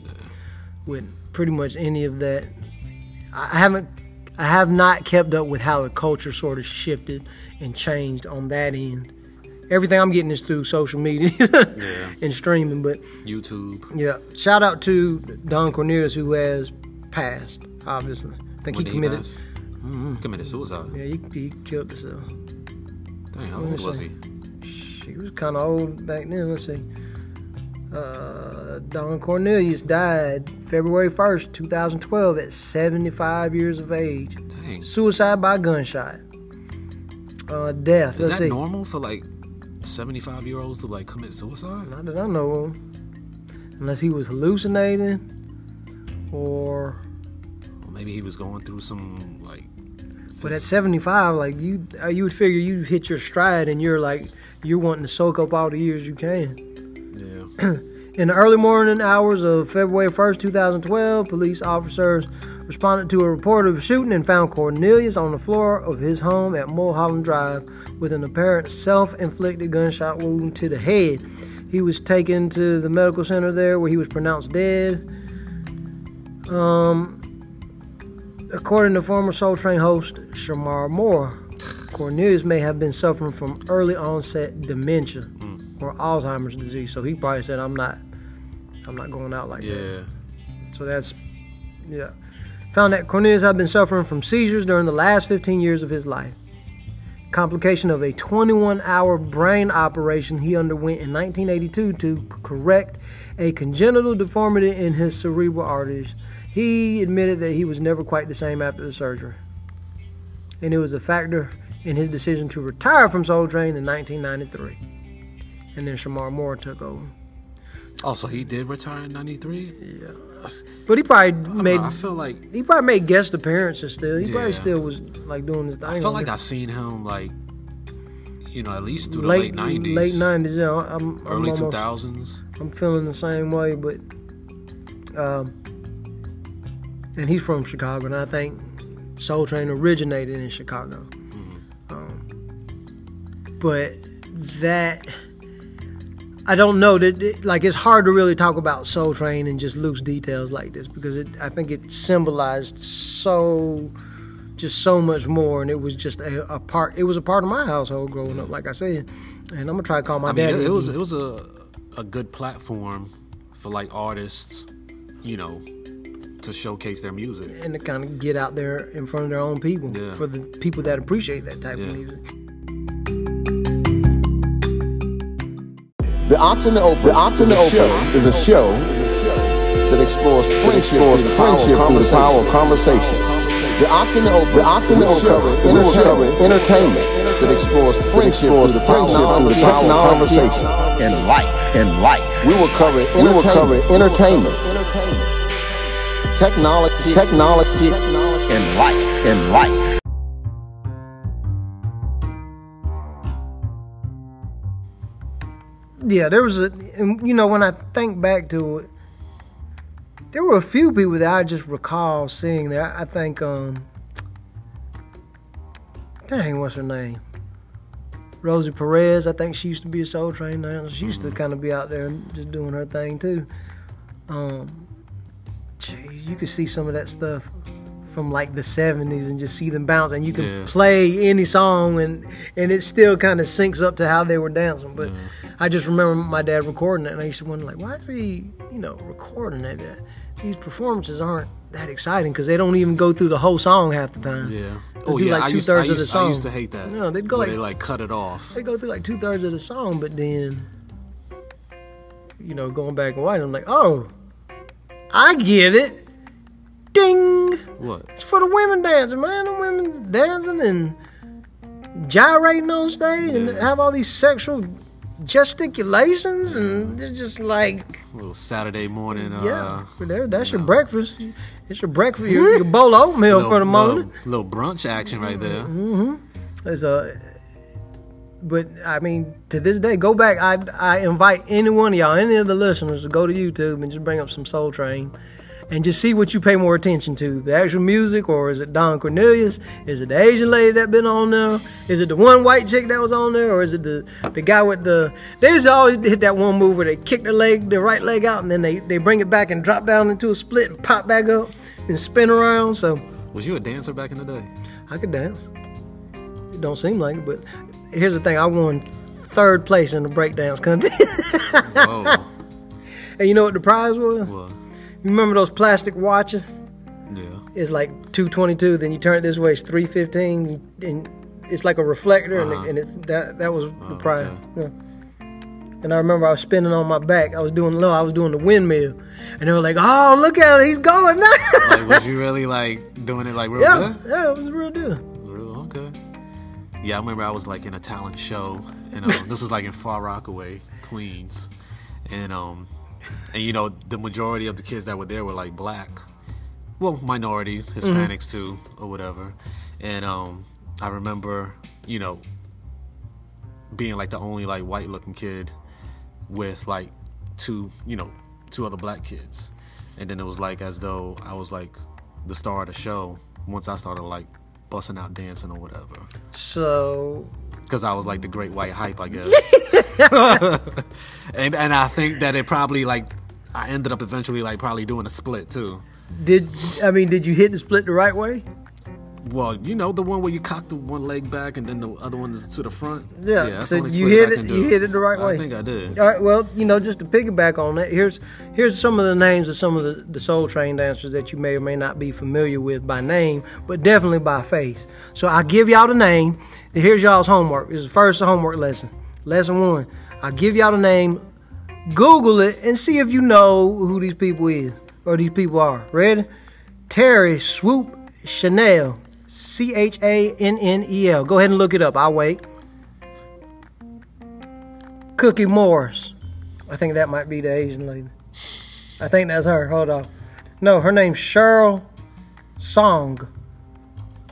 Speaker 1: with pretty much any of that. I I haven't. I have not kept up with how the culture sort of shifted and changed on that end. Everything I'm getting is through social media and streaming, but
Speaker 2: YouTube.
Speaker 1: yeah. Shout out to Don Cornelius who has passed, obviously. I think
Speaker 2: When
Speaker 1: he
Speaker 2: did
Speaker 1: committed.
Speaker 2: pass? Mm-hmm. Committed suicide.
Speaker 1: yeah, he, he killed himself.
Speaker 2: Dang, how old was he?
Speaker 1: She was kind of old back then. Let's see. Uh, Don Cornelius died February 1st, 2012, at 75 years of age.
Speaker 2: Dang.
Speaker 1: Suicide by gunshot. Uh, death.
Speaker 2: Is
Speaker 1: Let's
Speaker 2: that
Speaker 1: see.
Speaker 2: normal for like 75 year olds to like commit suicide?
Speaker 1: Not that I know of. Unless he was hallucinating or.
Speaker 2: Or maybe he was going through some like.
Speaker 1: But at
Speaker 2: phys-
Speaker 1: 75, like you, uh, you would figure you hit your stride, and you're like, you're wanting to soak up all the years you can.
Speaker 2: yeah.
Speaker 1: In the early morning hours of February 1st, 2012, police officers responded to a report of shooting and found Cornelius on the floor of his home at Mulholland Drive with an apparent self inflicted gunshot wound to the head. He was taken to the medical center there where he was pronounced dead. Um, According to former Soul Train host Shamar Moore, Cornelius may have been suffering from early onset dementia or Alzheimer's disease. So he probably said, "I'm not, I'm not going out like that."
Speaker 2: Yeah.
Speaker 1: So that's, yeah. Found that Cornelius had been suffering from seizures during the last 15 years of his life. Complication of a 21 hour brain operation he underwent in 1982 to correct a congenital deformity in his cerebral arteries. He admitted that he was never quite the same after the surgery. And it was a factor in his decision to retire from Soul Train in 1993. And then Shamar Moore took over.
Speaker 2: Oh, so he did retire in '93.
Speaker 1: But he probably made.
Speaker 2: I feel like
Speaker 1: He probably made guest appearances still. He probably
Speaker 2: Yeah.
Speaker 1: still was like doing his thing.
Speaker 2: I
Speaker 1: on
Speaker 2: felt like
Speaker 1: there.
Speaker 2: I seen him like, you know, at least through the
Speaker 1: late
Speaker 2: late '90s,
Speaker 1: Late nineties, yeah. I'm I'm
Speaker 2: early
Speaker 1: almost-
Speaker 2: 2000s.
Speaker 1: I'm feeling the same way, but um, and he's from Chicago, and I think Soul Train originated in Chicago.
Speaker 2: Mm-hmm.
Speaker 1: Um, but that I don't know that it- like it's hard to really talk about Soul Train and just loose details like this because it I think it symbolized so just so much more and it was just a, a part it was a part of my household growing up like I said and I'm gonna try to call my
Speaker 2: I mean,
Speaker 1: dad
Speaker 2: it, it was it was a a good platform for like artists, you know, to showcase their music.
Speaker 1: and to kind of get out there in front of their own people
Speaker 2: Yeah.
Speaker 1: for the people that appreciate that type
Speaker 2: Yeah.
Speaker 1: of music.
Speaker 4: The Ox and the Opus, the Ox and the Opus is a show that explores friendship, through the power of conversation. The Ox and the Opus, the Ox and the Opus covers entertainment, entertainment that explores friendship through the power of conversation and life. And life, we will cover we will cover entertainment, technology, technology, and life. And life.
Speaker 1: Yeah, there was a, and you know, when I think back to it, there were a few people that I just recall seeing there. I, I think, um, dang, what's her name? Rosie Perez. I think she used to be a Soul Train now. She used
Speaker 2: Mm-hmm.
Speaker 1: to kind of be out there and just doing her thing too. Um, geez, you could see some of that stuff from like the 70s and just see them bounce and you can
Speaker 2: Yeah.
Speaker 1: play any song and and it still kind of syncs up to how they were dancing but i just remember my dad recording it and i used to wonder like why is he you know recording it Uh, these performances aren't that exciting because they don't even go through the whole song half the time
Speaker 2: Yeah.
Speaker 1: They
Speaker 2: Oh
Speaker 1: do
Speaker 2: yeah,
Speaker 1: like
Speaker 2: I used I
Speaker 1: two-thirds of the
Speaker 2: used, I used to
Speaker 1: song.
Speaker 2: hate that.
Speaker 1: No, they'd go
Speaker 2: where
Speaker 1: like-
Speaker 2: they like cut it off.
Speaker 1: they go through like two-thirds of the song but then you know going back and watching i'm like oh i get it ding
Speaker 2: What?
Speaker 1: It's for the women dancing, man. The women dancing and gyrating on stage and
Speaker 2: Yeah.
Speaker 1: have all these sexual gesticulations and it's just like,
Speaker 2: little Saturday morning.
Speaker 1: yeah,
Speaker 2: Uh,
Speaker 1: but there, that's your breakfast. It's your breakfast, your, your bowl of oatmeal
Speaker 2: little,
Speaker 1: for the Mm-hmm.
Speaker 2: little,
Speaker 1: morning.
Speaker 2: little brunch action right there.
Speaker 1: It's a, but I mean, to this day, go back. I I invite any one of y'all, any of the listeners, to go to YouTube and just bring up some Soul Train, and just see what you pay more attention to: the actual music, or is it Don Cornelius? Is it the Asian lady that been on there? Is it the one white chick that was on there, or is it the the guy with the? They just always hit that one move where they kick their leg, their right leg out, and then they they bring it back and drop down into a split and pop back up and spin around. So.
Speaker 2: Was you a dancer back in the day?
Speaker 1: I could dance. It don't seem like it, but here's the thing: I won third place in the breakdance contest.
Speaker 2: Oh,
Speaker 1: and you know what the prize was?
Speaker 2: well,
Speaker 1: You remember those plastic watches?
Speaker 2: yeah.
Speaker 1: It's like two twenty-two. Then you turn it this way, it's three fifteen, and it's like a reflector, and, it, and it, that that was the prize. Yeah. And I remember I was spinning on my back. I was doing low. I was doing the windmill, and they were like, "Oh, look at it! He's going now."
Speaker 2: Like, was you really like doing it like real
Speaker 1: yeah,
Speaker 2: good?
Speaker 1: yeah, it was a real deal.
Speaker 2: Real okay. Yeah, I remember I was like in a talent show, and um, this was like in Far Rockaway, Queens, and um, and you know the majority of the kids that were there were like black, well minorities, Hispanics too, or whatever, and um, I remember you know being like the only like white looking kid with like two, you know, two other black kids. And then it was like as though I was like the star of the show once I started like busting out dancing or whatever.
Speaker 1: So
Speaker 2: Because I was like the great white hype, I guess. and and I think that it probably like I ended up eventually like probably doing a split too.
Speaker 1: did I mean did you hit the split the right way?
Speaker 2: Well, you know the one where you cock the one leg back and then the other one is to the front.
Speaker 1: Yeah,
Speaker 2: that's
Speaker 1: so
Speaker 2: the only
Speaker 1: you
Speaker 2: split
Speaker 1: hit
Speaker 2: I
Speaker 1: it-
Speaker 2: can
Speaker 1: you
Speaker 2: do.
Speaker 1: hit it the right way.
Speaker 2: I think I did.
Speaker 1: All right. Well, you know, just to piggyback on that, here's here's some of the names of some of the, the Soul Train dancers that you may or may not be familiar with by name, but definitely by face. So I give y'all the name. And here's y'all's homework. This is the first homework lesson. Lesson one. I give y'all the name. Google it and see if you know who these people is or these people are. Ready? Terry Swoop Chanel. C H A N N E L. Go ahead and look it up. I'll wait. Cookie Morris. I think that might be the Asian lady. I think that's her. Hold on. No, her name's Cheryl Song.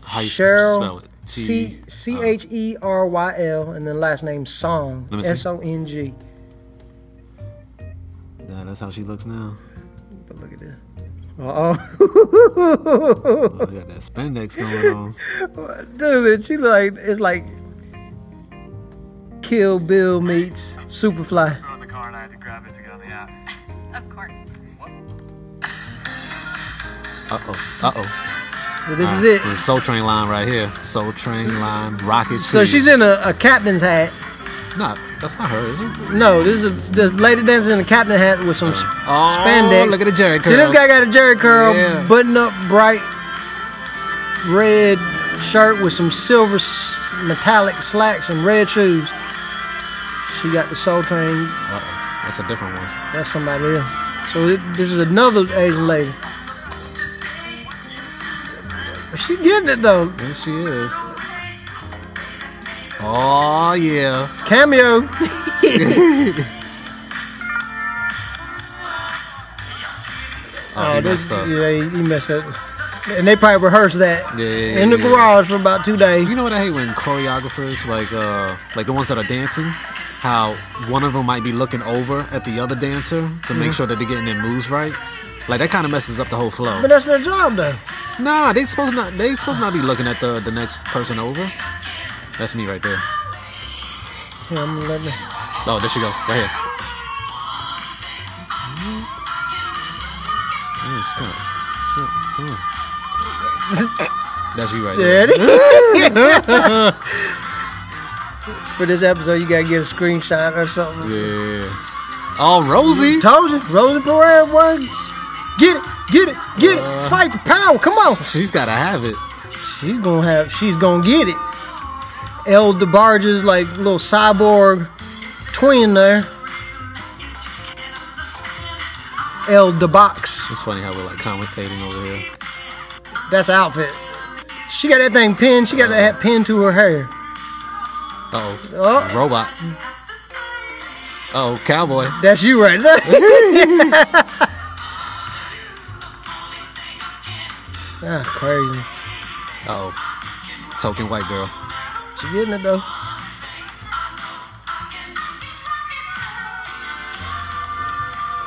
Speaker 2: How you
Speaker 1: Cheryl
Speaker 2: spell it?
Speaker 1: C
Speaker 2: T.
Speaker 1: C H E R Y L and then last name Song.
Speaker 2: Let me see.
Speaker 1: S O N G.
Speaker 2: Nah, that's how she looks now.
Speaker 1: But look at this. Uh oh.
Speaker 2: I got that spandex going on.
Speaker 1: Dude, she like it's like Kill Bill meets Superfly.
Speaker 5: Throw in the car and I had to grab it to get on the app.
Speaker 6: Of course.
Speaker 2: Uh oh. Uh oh.
Speaker 1: So this is it.
Speaker 2: Soul Train line right here. Soul Train line. Rocket.
Speaker 1: So she's in a, a captain's hat.
Speaker 2: Nah, that's not her, is it?
Speaker 1: No, this is this lady dancing in a captain hat with some sp-
Speaker 2: Oh,
Speaker 1: spandex.
Speaker 2: look at the jerry
Speaker 1: See, this
Speaker 2: curls.
Speaker 1: guy got a jerry curl,
Speaker 2: Yeah.
Speaker 1: button up bright red shirt with some silver s- metallic slacks and red shoes. She got the soul train.
Speaker 2: Uh oh. That's a different one.
Speaker 1: That's somebody else. So it, this is another Asian lady. She getting it though.
Speaker 2: Yes, she is. Oh yeah.
Speaker 1: Cameo.
Speaker 2: Oh, he messed up.
Speaker 1: Yeah, he, he messed up. And they probably rehearsed that
Speaker 2: Yeah, yeah,
Speaker 1: in the
Speaker 2: yeah.
Speaker 1: garage for about two days.
Speaker 2: You know what I hate when choreographers like uh like the ones that are dancing, how one of them might be looking over at the other dancer to
Speaker 1: Mm-hmm.
Speaker 2: make sure that they're getting their moves right. Like that kind of messes up the whole flow.
Speaker 1: But that's their job, though.
Speaker 2: Nah, they supposed not. They supposed not be looking at the the next person over. That's me right there.
Speaker 1: Here, I'm gonna let me-
Speaker 2: Oh, there she go. Right here. Mm-hmm. Oh, it's kinda- shit, come on. That's you right there.
Speaker 1: There it is. For this episode, you gotta get a screenshot or something.
Speaker 2: Yeah. Oh, Rosie.
Speaker 1: Told you, Rosie Perez, boy. Get it, get it, get it. Fight the power. Come on.
Speaker 2: She's gotta have it.
Speaker 1: Uh. She's gonna have. She's gonna get it. El DeBarge's like little cyborg twin there. El DeBox.
Speaker 2: It's funny how we're like commentating over here.
Speaker 1: That's her outfit. She got that thing pinned. She got that hat pinned to her hair.
Speaker 2: Uh oh.
Speaker 1: Oh.
Speaker 2: Robot. Oh, cowboy.
Speaker 1: That's you right there. That's Ah, crazy.
Speaker 2: Oh, token white girl.
Speaker 1: She getting it though.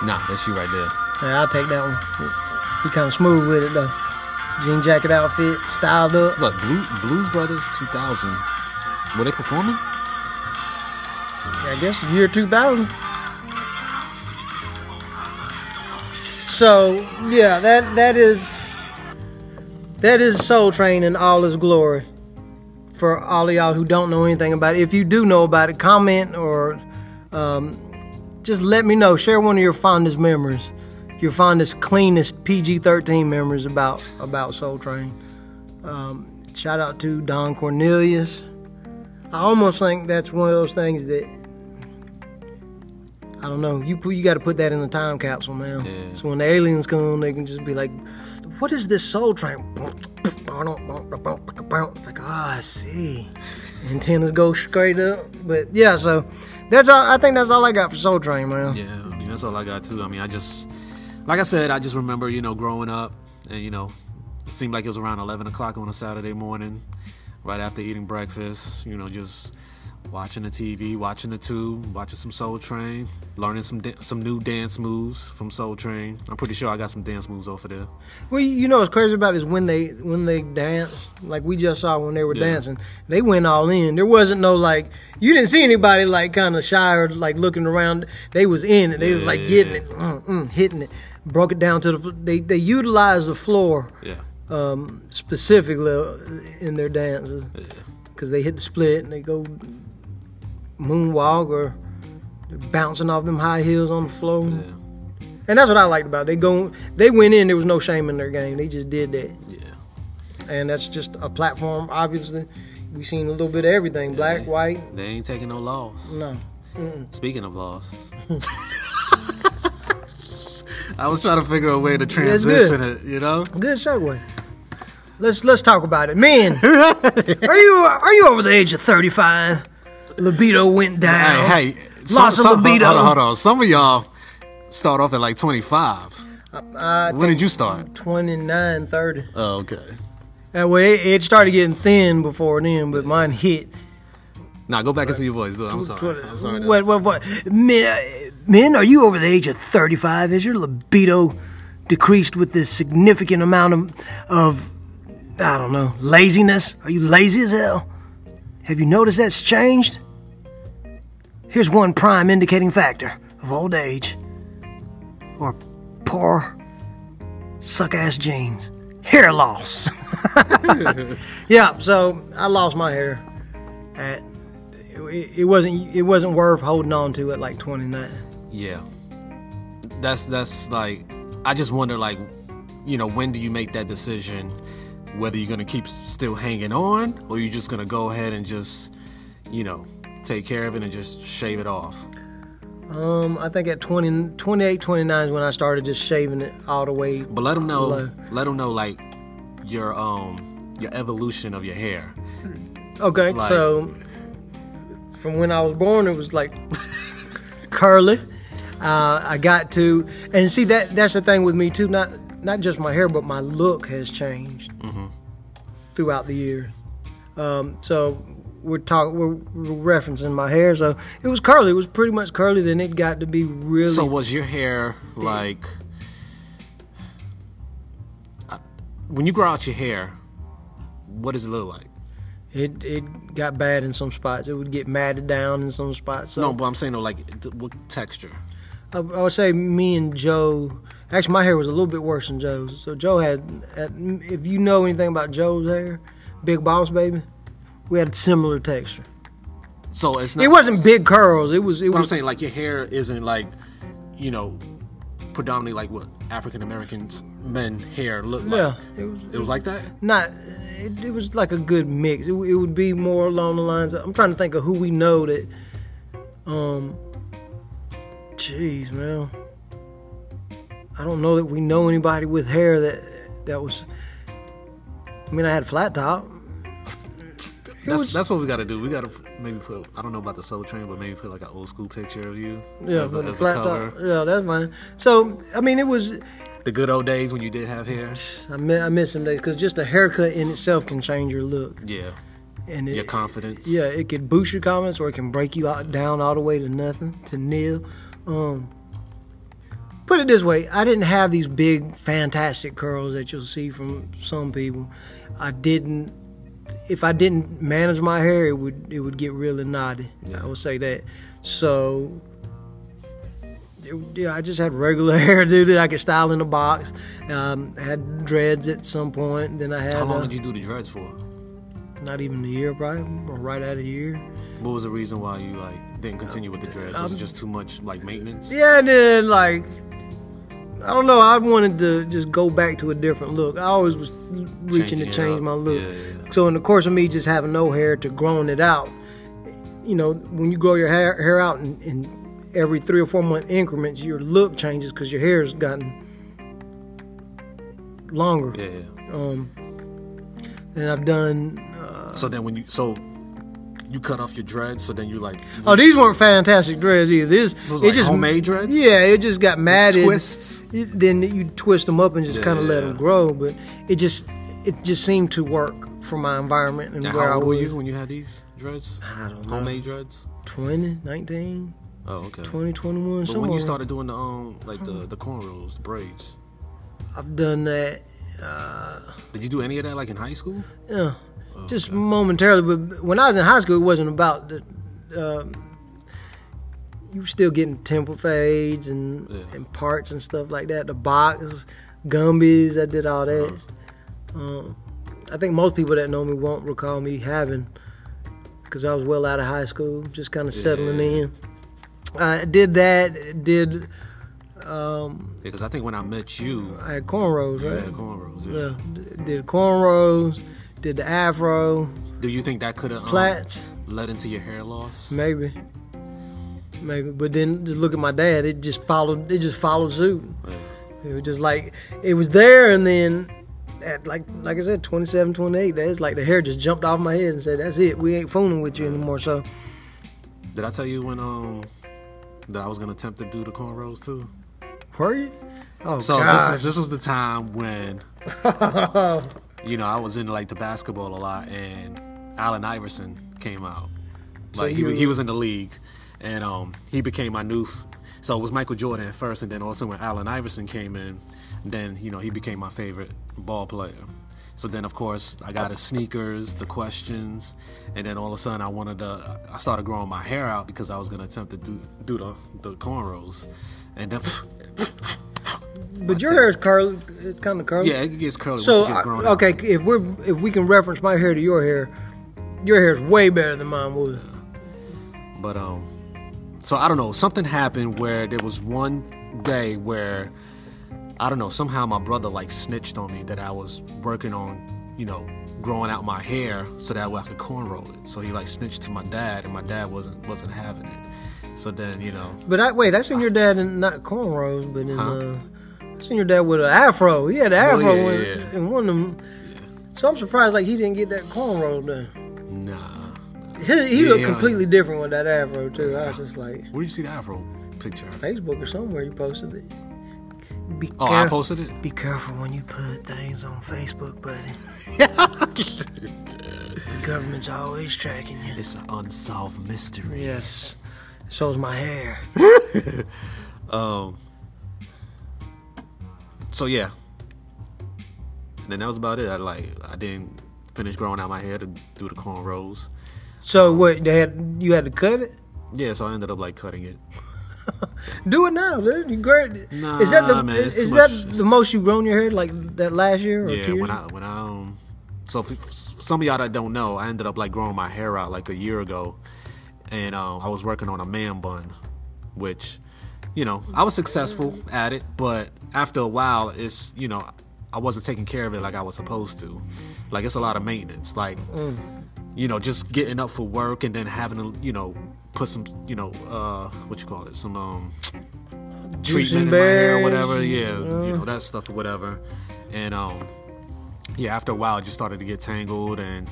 Speaker 2: Nah, that's you right there.
Speaker 1: Yeah, I'll take that one. He kind of smooth with it though. Jean jacket outfit, styled up.
Speaker 2: Look, Blue, Blues Brothers 2000. Were they performing?
Speaker 1: I guess year 2000. So yeah, that that is that is Soul Train in all its glory. For all of y'all who don't know anything about it, if you do know about it, comment or um, just let me know. Share one of your fondest memories, your fondest, cleanest PG-13 memories about about Soul Train. Um, shout out to Don Cornelius. I almost think that's one of those things that I don't know. You put, you got to put that in the time capsule, man.
Speaker 2: Yeah.
Speaker 1: So when the aliens come, they can just be like, "What is this soul train?" It's like, ah, I see. Antennas go straight up, but yeah. So that's all. I think that's all I got for Soul Train, man.
Speaker 2: Yeah, I mean, that's all I got too. I mean, I just, like I said, I just remember, you know, growing up, and you know, it seemed like it was around eleven o'clock on a Saturday morning, right after eating breakfast. You know, just watching the TV, watching the tube, watching some Soul Train, learning some da- some new dance moves from Soul Train. I'm pretty sure I got some dance moves off of there.
Speaker 1: Well, you know what's crazy about it is when they when they dance, like we just saw when they were
Speaker 2: Yeah.
Speaker 1: dancing, they went all in. There wasn't no like you didn't see anybody like kind of shy or like looking around. They was in it. They was like getting it, mm, mm, hitting it, broke it down to the. fl- They they utilized the floor
Speaker 2: Yeah.
Speaker 1: um, specifically uh, in their dances because they hit the split and they go moonwalk or they're bouncing off them high heels on the floor.
Speaker 2: Yeah.
Speaker 1: And that's what I liked about it. they go. They went in. There was no shame in their game. They just did that,
Speaker 2: Yeah.
Speaker 1: and that's just a platform. Obviously, we seen a little bit of everything: black, white.
Speaker 2: They ain't taking no loss.
Speaker 1: No,
Speaker 2: Speaking of loss, I was trying to figure a way to transition it. You know,
Speaker 1: good segue. Let's let's talk about it, men. are you are you over the age of thirty five? Libido went down.
Speaker 2: hey, hey,
Speaker 1: Loss of libido.
Speaker 2: Hold on, hold on. Some of y'all start off at like 25.
Speaker 1: I
Speaker 2: When did you start?
Speaker 1: 29, 30.
Speaker 2: Oh, okay.
Speaker 1: That way, it, it started getting thin before then, but mine hit.
Speaker 2: Now go back into your voice, dude. I'm sorry. I'm sorry.
Speaker 1: What, what, what? Men, uh, men, are you over the age of 35? Is your libido decreased with this significant amount of, of I don't know, laziness? Are you lazy as hell? Have you noticed that's changed? Here's one prime indicating factor of old age or poor suck ass genes hair loss. yeah, so I lost my hair at it, it wasn't it wasn't worth holding on to at like 29.
Speaker 2: Yeah. That's that's like I just wonder like you know when do you make that decision whether you're going to keep s- still hanging on or you're just going to go ahead and just you know take care of it and just shave it off.
Speaker 1: Um, I think at 20, 28, 29 is when I started just shaving it all the way.
Speaker 2: But let them know
Speaker 1: Hello.
Speaker 2: let them know like your um your evolution of your hair.
Speaker 1: Okay,
Speaker 2: Like-
Speaker 1: so from when I was born, it was like curly. Uh, I got to, and see that that's the thing with me too. Not not just my hair, but my look has changed throughout the years. Um, so we're talking, we're, we're referencing my hair. So it was curly. It was pretty much curly. Then it got to be really
Speaker 2: So was your hair like I- when you grow out your hair what does it look like?
Speaker 1: It it got bad in some spots. It would get matted down in some spots. So
Speaker 2: No, but I'm saying though, like t- what texture?
Speaker 1: I, I would say me and Joe. Actually, my hair was a little bit worse than Joe's. So Joe had, had if you know anything about Joe's hair, Big Boss Baby, we had similar texture.
Speaker 2: So it's not.
Speaker 1: It wasn't big curls. It was it
Speaker 2: But I'm
Speaker 1: was
Speaker 2: saying like your hair isn't like, you know, predominantly like what African Americans men hair look
Speaker 1: Yeah,
Speaker 2: like.
Speaker 1: it
Speaker 2: It
Speaker 1: was-
Speaker 2: was, like that.
Speaker 1: not. It, it was like a good mix. It, w- it would be more along the lines. Of, I'm trying to think of who we know that. Um. Jeez, man. I don't know that we know anybody with hair that that was. I mean, I had a flat top.
Speaker 2: That's
Speaker 1: was-
Speaker 2: that's what we got to do. We got to maybe put. I don't know about the Soul Train, but maybe put like an old school picture of you
Speaker 1: Yeah,
Speaker 2: as the,
Speaker 1: with a
Speaker 2: as the
Speaker 1: flat
Speaker 2: color.
Speaker 1: top. Yeah, that's mine. So, I mean, it was.
Speaker 2: The good old days when you did have hair.
Speaker 1: I miss, I miss some days because just a haircut in itself can change your look
Speaker 2: Yeah,
Speaker 1: and it,
Speaker 2: your confidence.
Speaker 1: Yeah, it could boost your comments or it can break you out, down all the way to nothing, to nil. Um, put it this way I didn't have these big, fantastic curls that you'll see from some people. I didn't. If I didn't manage my hair, it would it would get really knotty. I would say that. So, it, yeah, I just had regular hair, dude, that I could style in a box. Um, I had dreads at some point. Then I had
Speaker 2: How long
Speaker 1: uh,
Speaker 2: did you do the dreads for?
Speaker 1: not even a year, probably, or right out of a year.
Speaker 2: What was the reason why you like didn't continue with the dreads? Was it just too much like maintenance?
Speaker 1: Um, Yeah, and then like I don't know. I wanted to just go back to a different look. I always was reaching
Speaker 2: Changing
Speaker 1: to
Speaker 2: it
Speaker 1: change
Speaker 2: up.
Speaker 1: my look.
Speaker 2: Yeah, yeah, yeah.
Speaker 1: So in the course of me just having no hair to growing it out, you know, when you grow your hair, hair out in, in every three or four month increments, your look changes because your hair's gotten longer.
Speaker 2: Yeah. yeah.
Speaker 1: And I've done.
Speaker 2: So then when you so you cut off your dreads, so then you like
Speaker 1: Oh, these weren't fantastic dreads either. This
Speaker 2: Those,
Speaker 1: it
Speaker 2: like,
Speaker 1: just
Speaker 2: homemade dreads?
Speaker 1: Yeah, it just got matted.
Speaker 2: twists.
Speaker 1: It- then you twist them up and just kind of let them
Speaker 2: Yeah.
Speaker 1: grow. But it just it just seemed to work for my environment and
Speaker 2: Now,
Speaker 1: where
Speaker 2: how old
Speaker 1: I
Speaker 2: were
Speaker 1: was.
Speaker 2: you when you had these? dreads?
Speaker 1: I don't know.
Speaker 2: Homemade dreads?
Speaker 1: 20, 19,
Speaker 2: Oh, okay.
Speaker 1: 20, 21,
Speaker 2: But when
Speaker 1: somewhere.
Speaker 2: you started doing the um like the the cornrows, the braids,
Speaker 1: I've done that.
Speaker 2: did you do any of that like in high school?
Speaker 1: Yeah,
Speaker 2: Oh,
Speaker 1: just momentarily. But when I was in high school, it wasn't about the. um you were still getting temple fades and
Speaker 2: Yeah.
Speaker 1: and parts and stuff like that. The box, gumbies. I did all that.
Speaker 2: Uh-huh.
Speaker 1: Um, I think most people that know me won't recall me having, because I was well out of high school, just kind of settling
Speaker 2: Yeah.
Speaker 1: in. I did that. Did
Speaker 2: Because I think when I met you,
Speaker 1: I had cornrows,
Speaker 2: you
Speaker 1: right?
Speaker 2: had cornrows. Yeah.
Speaker 1: Yeah, d- did cornrows, did the afro,
Speaker 2: Do you think that could have um,
Speaker 1: plats,
Speaker 2: led into your hair loss?
Speaker 1: maybe, maybe. But then just look at my dad; it just followed. It just followed suit.
Speaker 2: Yeah.
Speaker 1: It was just like it was there, and then at like like I said, 27, 28, that's like the hair just jumped off my head and said, "That's it. We ain't fooling with you anymore." So
Speaker 2: Did I tell you when um that I was gonna attempt to do the cornrows too?
Speaker 1: were you? Oh
Speaker 2: So
Speaker 1: God!
Speaker 2: this is this was the time when you know I was into like the basketball a lot, and Allen Iverson came out. Like
Speaker 1: you-
Speaker 2: he he was in the league, and um he became my new. F- so it was Michael Jordan at first, and then also when Allen Iverson came in, then you know he became my favorite ball player. So then of course I got his sneakers, the questions, and then all of a sudden I wanted to. I started growing my hair out because I was gonna attempt to do do the the cornrows, and then.
Speaker 1: but your hair is curly, it's kind of curly.
Speaker 2: Yeah, it gets curly
Speaker 1: So
Speaker 2: once it
Speaker 1: I-
Speaker 2: gets grown out.
Speaker 1: okay, if we're if we can reference my hair to your hair, your hair is way better than mine was.
Speaker 2: But um, so I don't know. Something happened where there was one day where I don't know. Somehow my brother like snitched on me that I was working on, you know, growing out my hair so that way I could cornroll it. So he like snitched to my dad, and my dad wasn't wasn't having it. So then you know,
Speaker 1: But I, wait, I seen your dad in not cornrows, but in uh, I seen your dad with an afro. He had an
Speaker 2: Oh,
Speaker 1: afro
Speaker 2: yeah,
Speaker 1: in,
Speaker 2: yeah, yeah.
Speaker 1: in one of them. So I'm surprised like he didn't get that cornrow done.
Speaker 2: nah.
Speaker 1: He, he
Speaker 2: Yeah,
Speaker 1: looked
Speaker 2: yeah.
Speaker 1: completely different with that afro too. I was just like
Speaker 2: Where do you see the afro picture?
Speaker 1: Facebook or somewhere you posted it. Be
Speaker 2: Oh, I
Speaker 1: caref-
Speaker 2: posted it.
Speaker 1: Be careful when you put things on Facebook, buddy. the government's always tracking you.
Speaker 2: It's an unsolved mystery.
Speaker 1: Yes. So's my hair.
Speaker 2: so yeah and then that was about it i like i didn't finish growing out my hair to do the cornrows
Speaker 1: So what? They had you had to cut it.
Speaker 2: yeah so i ended up like cutting it
Speaker 1: Do it now, dude. You great.
Speaker 2: Nah,
Speaker 1: is that the
Speaker 2: man, it's
Speaker 1: is,
Speaker 2: too
Speaker 1: that
Speaker 2: much- it's-
Speaker 1: the most you grown your hair like that last year? Or
Speaker 2: yeah
Speaker 1: two
Speaker 2: when
Speaker 1: years?
Speaker 2: i when i um so for, for some of y'all that don't know i ended up like growing my hair out like a year ago and uh, i was working on a man bun which you know i was successful at it but after a while it's you know i wasn't taking care of it like i was supposed to like it's a lot of maintenance like you know, just getting up for work and then having to, you know, put some, you know, uh, what you call it, some um, treatment in my hair or
Speaker 1: berries.
Speaker 2: whatever. Yeah, you know that stuff or whatever. And um, yeah, after a while, it just started to get tangled, and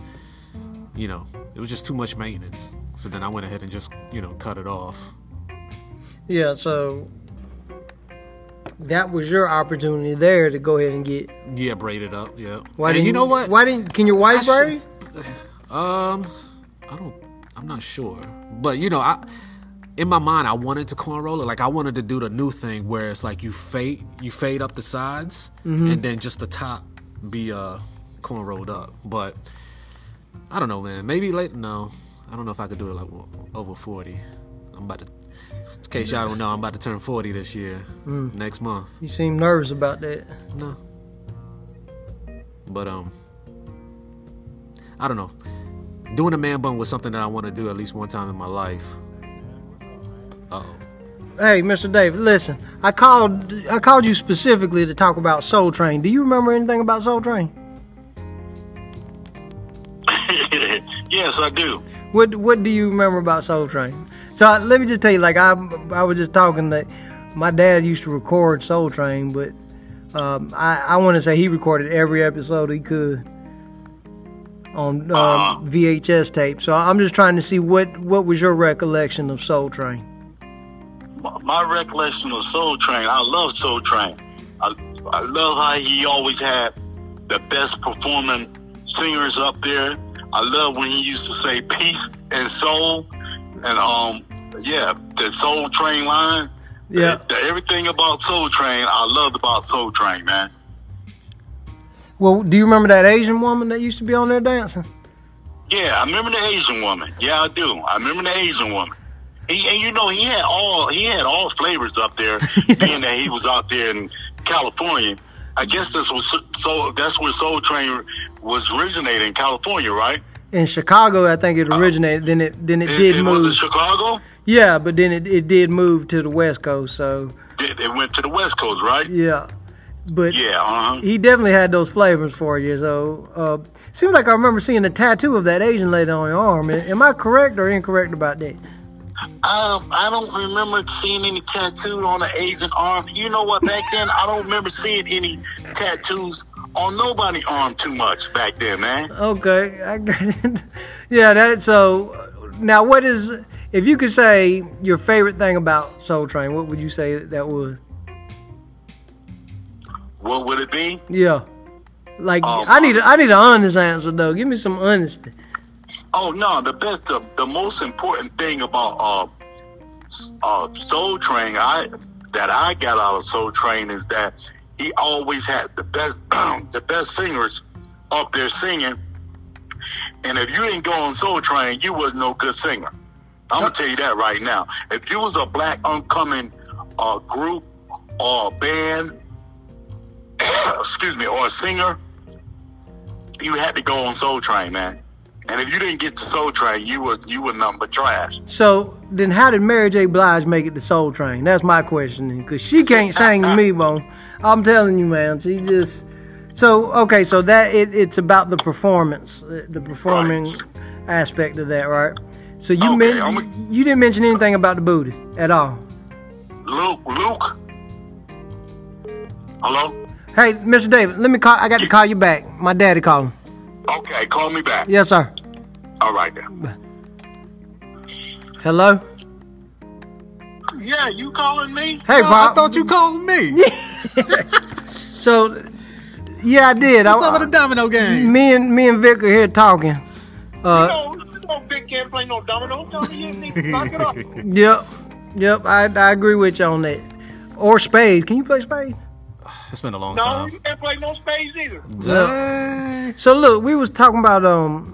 Speaker 2: you know, it was just too much maintenance. So then I went ahead and just, you know, cut it off.
Speaker 1: Yeah. So that was your opportunity there to go ahead and get.
Speaker 2: Yeah, braided up. Yeah.
Speaker 1: Why
Speaker 2: and
Speaker 1: didn't
Speaker 2: you know what?
Speaker 1: Why didn't? Can your
Speaker 2: I
Speaker 1: wife
Speaker 2: should-
Speaker 1: braid?
Speaker 2: Um, I don't. I'm not sure, but you know, I in my mind I wanted to cornroll it. Like I wanted to do the new thing where it's like you fade, you fade up the sides,
Speaker 1: Mm-hmm.
Speaker 2: and then just the top be uh cornrolled up. But I don't know, man. Maybe later. No, I don't know if I could do it like o- over forty. I'm about to. In case y'all don't know, I'm about to turn forty this year.
Speaker 1: Mm.
Speaker 2: Next month.
Speaker 1: You seem nervous about that.
Speaker 2: No. But um, I don't know. Doing a man bun was something that I want to do at least one time in my life. Uh oh.
Speaker 1: Hey, Mr. Dave, listen. I called. I called you specifically to talk about Soul Train. Do you remember anything about Soul Train?
Speaker 6: yes, I do.
Speaker 1: What What do you remember about Soul Train? So I, let me just tell you, like I I was just talking that my dad used to record Soul Train, but um, I I want to say he recorded every episode he could on uh,
Speaker 6: Uh-huh.
Speaker 1: VHS tape. So I'm just trying to see what what was your recollection of Soul Train?
Speaker 6: My, my recollection of Soul Train, I love Soul Train. I, I love how he always had the best performing singers up there. I love when he used to say, Peace, and soul, and um, yeah, the Soul Train line.
Speaker 1: Yeah.
Speaker 6: The- everything about Soul Train, I loved about Soul Train, man.
Speaker 1: Well, do you remember that Asian woman that used to be on there dancing?
Speaker 6: Yeah, I remember the Asian woman. Yeah, I do. I remember the Asian woman. He, and you know, he had all he had all flavors up there, being that he was out there in California. I guess this was so- so. That's where Soul Train was originated in California, right?
Speaker 1: In Chicago, I think it originated. Then it then it
Speaker 6: It,
Speaker 1: did
Speaker 6: it was in
Speaker 1: move.
Speaker 6: Chicago.
Speaker 1: yeah, but then it, it did move to the West Coast. So
Speaker 6: It, it went to the West Coast, right?
Speaker 1: yeah, but
Speaker 6: Yeah. Uh huh.
Speaker 1: he definitely had those flavors for you. So uh, seems like I remember seeing a tattoo of that Asian lady on your arm. Am- Am I correct or incorrect about that?
Speaker 6: Um, I don't remember seeing any tattooed on an Asian arm. You know what? Back then, I don't remember seeing any tattoos on nobody's arm too much back then, man.
Speaker 1: Okay, I got it. yeah. That so now what is if you could say your favorite thing about Soul Train? What would you say that, that was?
Speaker 6: What would it be?
Speaker 1: Yeah. Like
Speaker 6: Um,
Speaker 2: Oh,
Speaker 1: I need I need an honest answer though. Give me some honesty.
Speaker 6: Oh no, the best, the, the most important thing about uh, s- uh, Soul Train, I that I got out of Soul Train is that he always had the best, the best singers up there singing. And if you didn't go on Soul Train, you was no good singer. I'm gonna tell you that right now. If you was a black oncoming uh, group or band, excuse me, or a singer, you had to go on Soul Train, man. And if you didn't get to Soul Train, you were you were nothing but trash.
Speaker 1: So then, how did Mary J. Blige make it to Soul Train? That's my question, because she can't sing to me, bone. I'm telling you, man. She just so okay. So that it, it's about the performance, uh, the performing aspect of that, right? So you
Speaker 6: Okay,
Speaker 1: men-
Speaker 6: I'ma-
Speaker 1: you didn't mention anything about the booty at all.
Speaker 6: Luke, Luke. Hello.
Speaker 1: Hey, Mr. David, let me call. I got to call you back. My daddy calling.
Speaker 6: Okay, call me back.
Speaker 1: Yes, sir.
Speaker 6: All right then.
Speaker 1: Hello.
Speaker 6: Yeah, you calling me?
Speaker 1: Hey,
Speaker 2: No, I
Speaker 1: Pop.
Speaker 2: thought you called me.
Speaker 1: so yeah, I did.
Speaker 2: What's
Speaker 1: I,
Speaker 2: up with the domino game?
Speaker 1: me and me and Vic are here talking.
Speaker 6: no, no, Vic can't play no domino. Tell me you need to knock it off.
Speaker 1: Yep, yep. I, I agree with you on that. Or spades. Can you play spades?
Speaker 2: It's been a long
Speaker 6: No,
Speaker 2: time.
Speaker 6: you can't play no spades either.
Speaker 2: Dang.
Speaker 1: So look, we was talking about um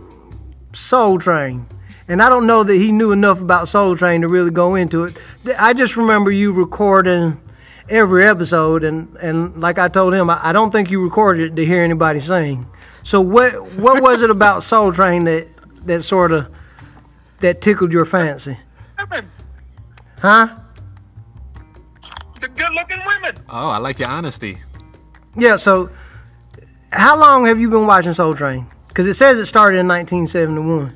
Speaker 1: Soul Train, and I don't know that he knew enough about Soul Train to really go into it. Th- I just remember you recording every episode, and and like I told him, I, I don't think you recorded it to hear anybody sing. So what what was it about Soul Train that that sort of that tickled your fancy,
Speaker 6: Women,
Speaker 1: huh?
Speaker 6: the good-looking women.
Speaker 2: Oh, I like your honesty.
Speaker 1: Yeah, so how long have you been watching Soul Train? Because it says it started in 1971.
Speaker 6: Uh,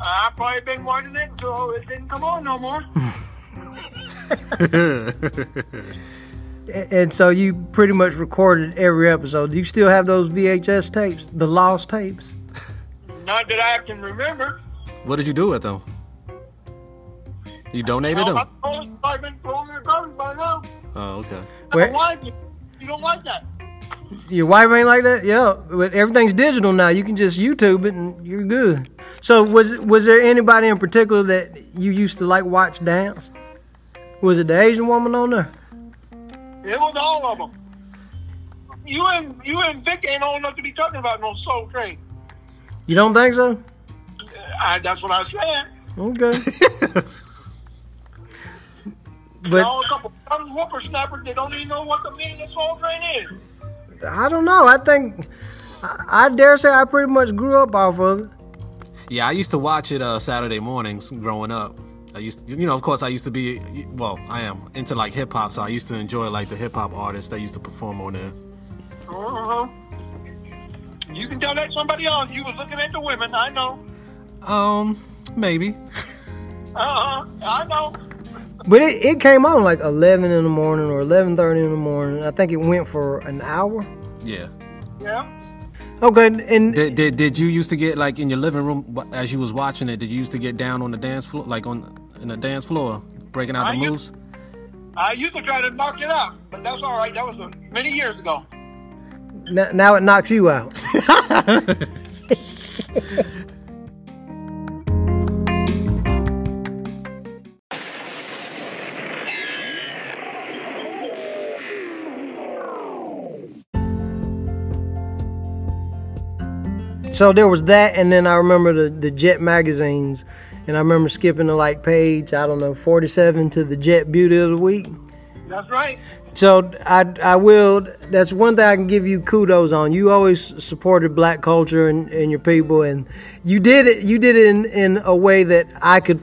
Speaker 6: I probably been watching it until it didn't come on no more.
Speaker 1: A- And so you pretty much recorded every episode. Do you still have those VHS tapes, the lost tapes?
Speaker 6: Not that I can remember.
Speaker 2: What did you do with them? You donated
Speaker 6: Oh,
Speaker 2: them?
Speaker 6: I- oh, I've probably been throwing in the garbage by now.
Speaker 2: Oh, okay.
Speaker 1: Where,
Speaker 6: Why? You- You don't like that?
Speaker 1: your wife ain't like that? Yeah, but everything's digital now. You can just YouTube it and you're good. So was was there anybody in particular that you used to like watch dance? Was it the Asian woman on there?
Speaker 6: It was all of them. You and you and Vic ain't old enough to be talking about no soul train. Uh,
Speaker 1: You don't think so?
Speaker 6: I, that's what I said.
Speaker 1: Okay.
Speaker 6: But,
Speaker 1: but
Speaker 6: all a couple of whippersnappers that don't even know what the meaning of soul train is.
Speaker 1: I don't know. I think I, I dare say I pretty much grew up off of it.
Speaker 2: Yeah, I used to watch it uh, Saturday mornings growing up. I used, you know, of course, I used to be, well, I am into like hip hop, so I used to enjoy like the hip hop artists that used to perform on there.
Speaker 6: Uh-huh. You can tell that to somebody else. You was looking at the women. I know.
Speaker 2: Um, maybe.
Speaker 6: Uh huh. I know.
Speaker 1: But it, it came on like eleven in the morning or eleven thirty in the morning. I think it went for an hour.
Speaker 2: Yeah.
Speaker 6: Yeah.
Speaker 1: Okay, and
Speaker 2: Did, did did you used to get like in your living room wh- as you was watching it? Did you used to get down on the dance floor, like on in the dance floor, breaking out
Speaker 6: I
Speaker 2: the
Speaker 6: used-
Speaker 2: moves?
Speaker 6: I used to try to knock it out, but that's all right. That was uh, many years ago.
Speaker 1: n- now it knocks you out. So there was that, and then I remember the, the Jet magazines, and I remember skipping to like page I don't know forty seven to the Jet Beauty of the Week.
Speaker 6: That's right.
Speaker 1: So I I will. That's one thing I can give you kudos on. You always supported Black culture and, and your people, and you did it. You did it in, in a way that I could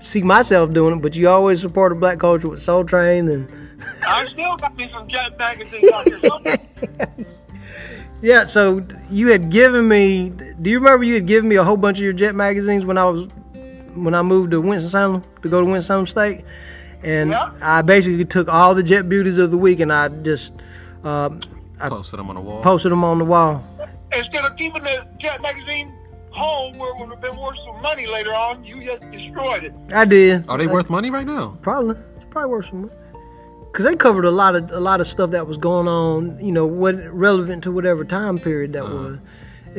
Speaker 1: see myself doing it. But you always supported Black culture with Soul Train, and
Speaker 6: I still got me some Jet magazines out here somewhere.
Speaker 1: yeah. So you had given me. Do you remember you had given me a whole bunch of your Jet magazines when I was when I moved to Winston Salem to go to Winston Salem State, and
Speaker 6: Yeah.
Speaker 1: I basically took all the Jet beauties of the week, and I just um
Speaker 2: Posted them on the wall.
Speaker 1: posted them on the wall.
Speaker 6: Instead of keeping the Jet magazine home where it would have been worth some money later on, you just destroyed it.
Speaker 1: I did.
Speaker 2: Are they worth money right now?
Speaker 1: Probably. It's probably worth some money. Cause they covered a lot of a lot of stuff that was going on, you know, what relevant to whatever time period
Speaker 2: Uh-huh.
Speaker 1: that was.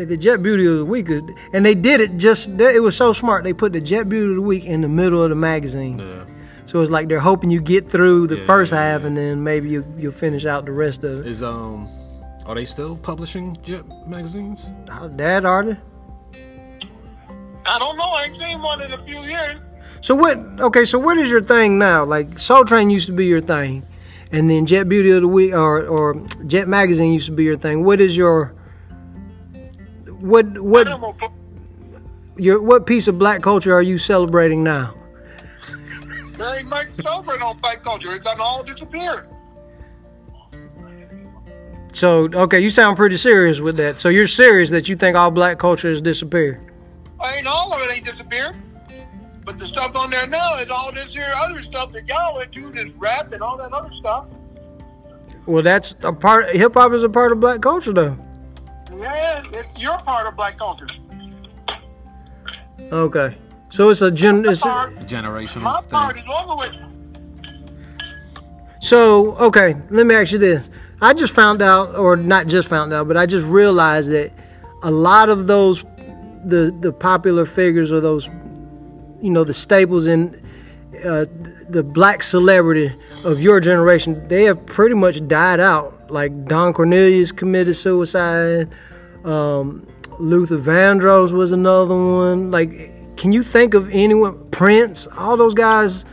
Speaker 1: The Jet Beauty of the Week, is- and they did it just. They, it was so smart. They put the Jet Beauty of the Week in the middle of the magazine,
Speaker 2: Yeah.
Speaker 1: so it's like they're hoping you get through the
Speaker 2: Yeah,
Speaker 1: first
Speaker 2: yeah,
Speaker 1: half,
Speaker 2: yeah.
Speaker 1: and then maybe you you'll finish out the rest of it.
Speaker 2: Is um, are they still publishing Jet magazines?
Speaker 1: That artist.
Speaker 6: I don't know. I ain't seen one in a few years.
Speaker 1: So what? Okay, so what is your thing now? Like Soul Train used to be your thing, and then Jet Beauty of the Week or or Jet Magazine used to be your thing. What is your what what
Speaker 6: Animal pro-
Speaker 1: your what piece of black culture are you celebrating now?
Speaker 6: Very much sovereign on black culture. It done all disappeared.
Speaker 1: So okay, you sound pretty serious with that. So you're serious that you think all black culture has disappeared?
Speaker 6: I ain't all of it ain't disappeared. But the stuff on there now is all this here other stuff that y'all into, this rap and all that other stuff.
Speaker 1: Well, that's a part. Hip hop is a part of black culture, though.
Speaker 6: Yeah, it's, you're part of black culture.
Speaker 1: Okay, so it's a gen. It's a-
Speaker 6: Part, my
Speaker 2: Generational
Speaker 6: part
Speaker 2: thing.
Speaker 6: is over with.
Speaker 1: So, okay, let me ask you this. I just found out, or not just found out, but I just realized that a lot of those, the the popular figures or those, you know, the staples in uh, the black celebrity of your generation, they have pretty much died out. Like Don Cornelius committed suicide. Um, Luther Vandross was another one. Like, can you think of anyone? Prince, all those guys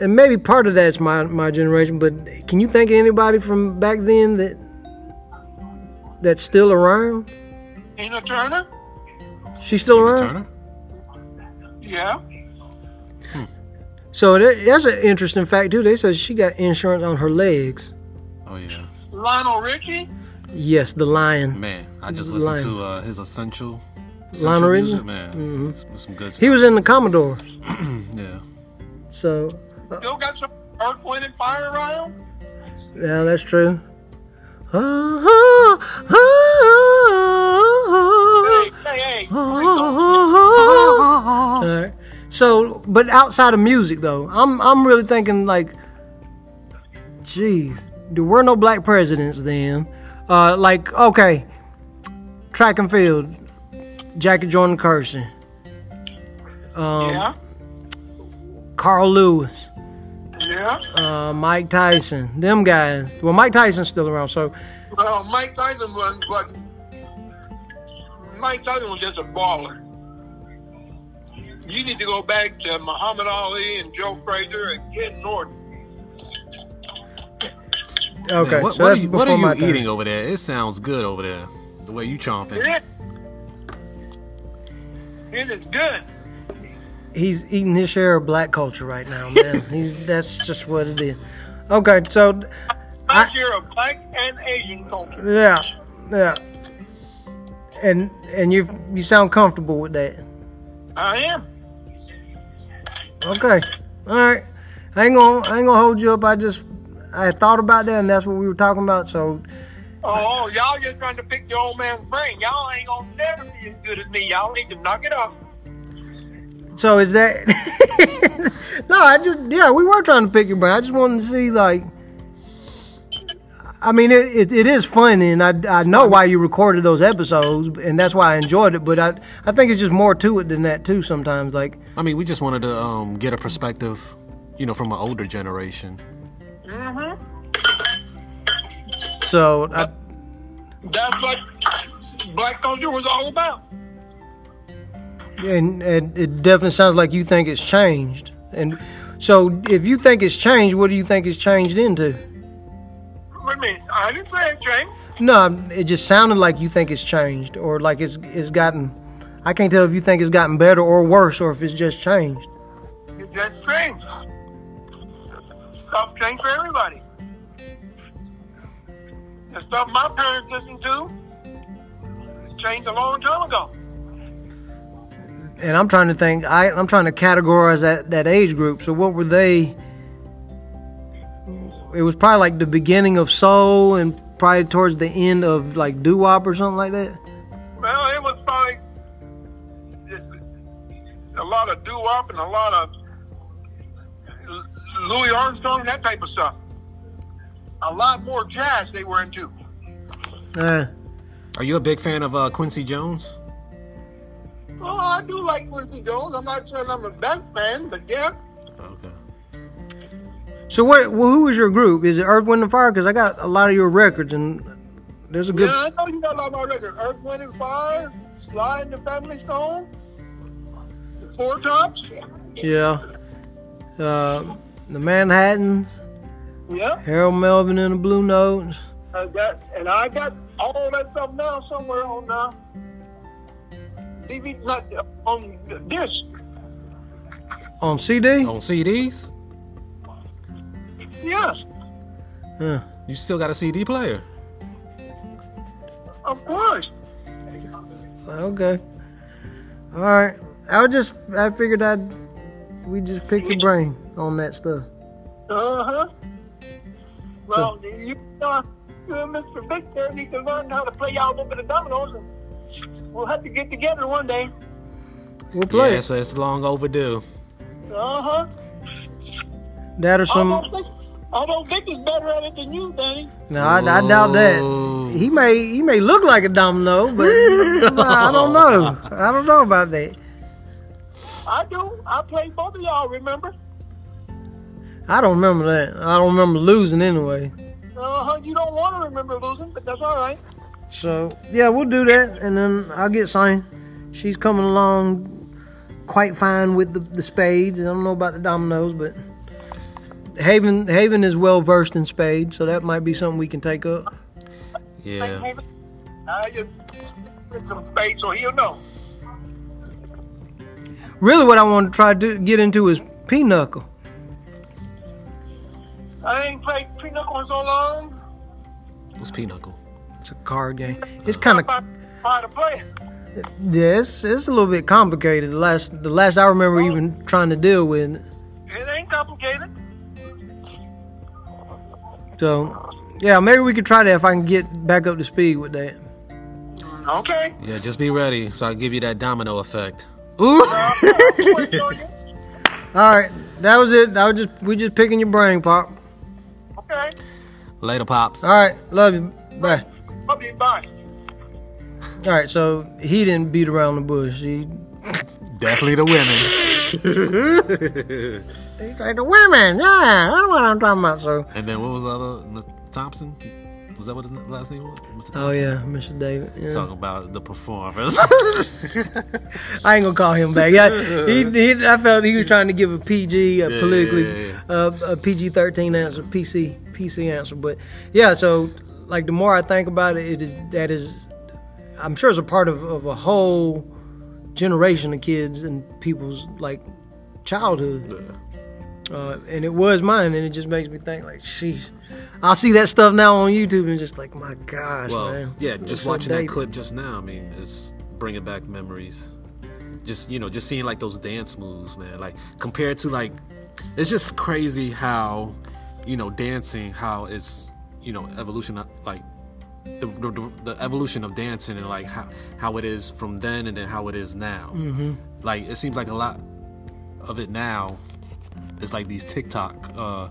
Speaker 1: and maybe part of that's my my generation. But can you think of anybody from back then that that's still around?
Speaker 6: Tina Turner?
Speaker 1: She's still around.
Speaker 2: Turner.
Speaker 6: Yeah.
Speaker 1: So that, that's an interesting fact too. They said she got insurance on her legs.
Speaker 2: Oh yeah,
Speaker 6: Lionel Richie?
Speaker 1: Yes, the lion.
Speaker 2: man. I just listened
Speaker 1: Lion.
Speaker 2: to uh, his essential.
Speaker 1: Lionel
Speaker 2: essential
Speaker 1: Richie?
Speaker 2: music, man. It's- it's some good stuff.
Speaker 1: Mm-hmm. He was in the Commodore.
Speaker 2: yeah.
Speaker 1: So
Speaker 6: Still got some earth, wind, and fire around?
Speaker 1: yeah, that's true. Ah, All ah,
Speaker 6: Hey, hey, hey. please don't-
Speaker 1: right. So, but outside of music though, I'm I'm really thinking like Jeez, there were no black presidents then. Uh, like, okay, track and field, Jackie Jordan Carson,
Speaker 6: yeah.
Speaker 1: Carl Lewis,
Speaker 6: Yeah.
Speaker 1: uh, Mike Tyson, them guys. Well, Mike Tyson's still around, so
Speaker 6: Well, Oh, Mike Tyson was, but Mike Tyson was just a baller. You need to go back to Muhammad Ali and Joe Frazier and Ken Norton.
Speaker 1: okay.
Speaker 2: Man, what, what
Speaker 1: so that's
Speaker 2: are you, what
Speaker 1: before
Speaker 2: are you
Speaker 1: my time.
Speaker 2: eating over there? It sounds good over there. The way you chomping.
Speaker 6: It is good.
Speaker 1: He's eating his share of black culture right now, man. He's that's just what it is. Okay, so
Speaker 6: I share of black and Asian culture.
Speaker 1: yeah, yeah, and and you you sound comfortable with that.
Speaker 6: I am.
Speaker 1: Okay. All right. I ain't gonna I ain't gonna hold you up. I just I thought about that and that's what we were talking about. So
Speaker 6: Oh, y'all just trying to pick the old man's brain. Y'all ain't gonna never be as good as me. Y'all need to knock it off.
Speaker 1: so is that No, I just yeah, we were trying to pick your brain. I just wanted to see like I mean, it, it, it is funny, and I, I know why you recorded those episodes, and that's why I enjoyed it. But I I think it's just more to it than that too. Sometimes, like
Speaker 2: I mean, we just wanted to um, get a perspective, you know, from an older generation.
Speaker 1: so, I,
Speaker 6: That's what what Black Culture was all about.
Speaker 1: And, and it definitely sounds like you think it's changed. And so, if you think it's changed, what do you think it's changed into?
Speaker 6: Wait a minute, I didn't say it, James.
Speaker 1: No, I'm- it just sounded like you think it's changed, or like it's it's gotten. I can't tell if you think it's gotten better or worse, or if it's just changed.
Speaker 6: It just changed. Stuff changed for everybody. The stuff my parents listened to changed a long time ago.
Speaker 1: And I'm trying to think. I I'm trying to categorize that that age group. So what were they? It was probably like the beginning of soul, and probably towards the end of like doo wop or something like that.
Speaker 6: Well, it was probably a lot of doo wop and a lot of Louis Armstrong and that type of stuff. A lot more jazz they were into.
Speaker 1: Uh,
Speaker 2: Are you a big fan of uh, Quincy Jones?
Speaker 6: Oh, I do like Quincy Jones. I'm not sure I'm a best fan, but yeah.
Speaker 2: Okay.
Speaker 1: so what? Well, who was your group? Is it Earth, Wind, and Fire? Because I got a lot of your records, and there's a good.
Speaker 6: Yeah, I know you got a lot of my records. Earth, Wind, and Fire, Sly and the Family Stone, The Four Tops.
Speaker 1: Yeah. Uh, the Manhattans,
Speaker 6: Yeah,
Speaker 1: Harold Melvin and the Blue Notes.
Speaker 6: I got, and I got all that stuff now somewhere on uh, DVD, not uh, on disc.
Speaker 1: On CD?
Speaker 2: On CDs?
Speaker 6: Yes,
Speaker 1: Huh.
Speaker 2: You still got a CD player?
Speaker 6: of course.
Speaker 1: Okay. All right. I was just, I figured I'd, we just pick your brain on that stuff.
Speaker 6: Uh huh. Well, you, uh, you and Mr. Victor need to learn how to play out a little bit of dominoes, and we'll have to get together one day.
Speaker 1: We'll play.
Speaker 2: Yes, it's long overdue.
Speaker 6: Uh huh.
Speaker 1: it. That or some.
Speaker 6: Although Vic, although Vic is better at it than you, Danny.
Speaker 1: No, I, I doubt that. He may, he may look like a domino, but I don't know. I don't know about that.
Speaker 6: I do. I played both of y'all, remember?
Speaker 1: I don't remember that. I don't remember losing anyway.
Speaker 6: Uh huh. You don't want to remember losing, but that's all right.
Speaker 1: So yeah, we'll do that, and then I'll get signed. She's coming along quite fine with the, the spades. I don't know about the dominoes, but Haven Haven is well versed in spades, so that might be something we can take up.
Speaker 2: Yeah.
Speaker 6: I just put some space so he'll know.
Speaker 1: Really, what I want to try to get into is pinochle.
Speaker 6: I ain't played Pinochle in so long.
Speaker 2: What's Pinochle?
Speaker 1: It's a card game. It's kind of
Speaker 6: I tried to play it.
Speaker 1: yeah, it's, it's a little bit complicated. The last the last I remember even trying to deal with. it.
Speaker 6: It ain't complicated.
Speaker 1: So yeah, maybe we could try that if I can get back up to speed with that.
Speaker 6: Okay.
Speaker 2: Yeah, just be ready so I give you that domino effect.
Speaker 6: Wait, don't you?
Speaker 1: All right, that was it. I was just we just picking your brain, Pop.
Speaker 6: okay.
Speaker 2: Later, Pops.
Speaker 1: All right, love you. Bye.
Speaker 6: Love you. Bye.
Speaker 1: All right, so he didn't beat around the bush. He,
Speaker 2: Definitely the women.
Speaker 1: he's like the women. Yeah, that's what I'm talking about. So.
Speaker 2: And then what was the other? Mr. Thompson? Was that what his last name was? Mr. Thompson?
Speaker 1: Oh yeah, Mr. David. Yeah.
Speaker 2: Talking about the performers.
Speaker 1: I ain't gonna call him back. Yeah, he, he, I felt he was trying to give a PG, a politically,
Speaker 2: yeah,
Speaker 1: Uh, a PG thirteen answer, PC, PC answer. But yeah, so like the more I think about it, it is that is, I'm sure it's a part of, of a whole generation of kids and people's like childhood. Uh, and it was mine, and it just makes me think like, sheesh. I see that stuff now on YouTube, and just like, my gosh,
Speaker 2: well,
Speaker 1: man.
Speaker 2: yeah,
Speaker 1: It's
Speaker 2: just
Speaker 1: so
Speaker 2: watching that
Speaker 1: dated.
Speaker 2: clip just now, I mean, it's bringing back memories. Just, you know, just seeing like those dance moves, man. Like, compared to like, it's just crazy how, you know, dancing, how it's, you know, evolution, of, like, the, the, the evolution of dancing and like how, how it is from then and then how it is now.
Speaker 1: Mm-hmm.
Speaker 2: Like, it seems like a lot of it now is like these TikTok uh,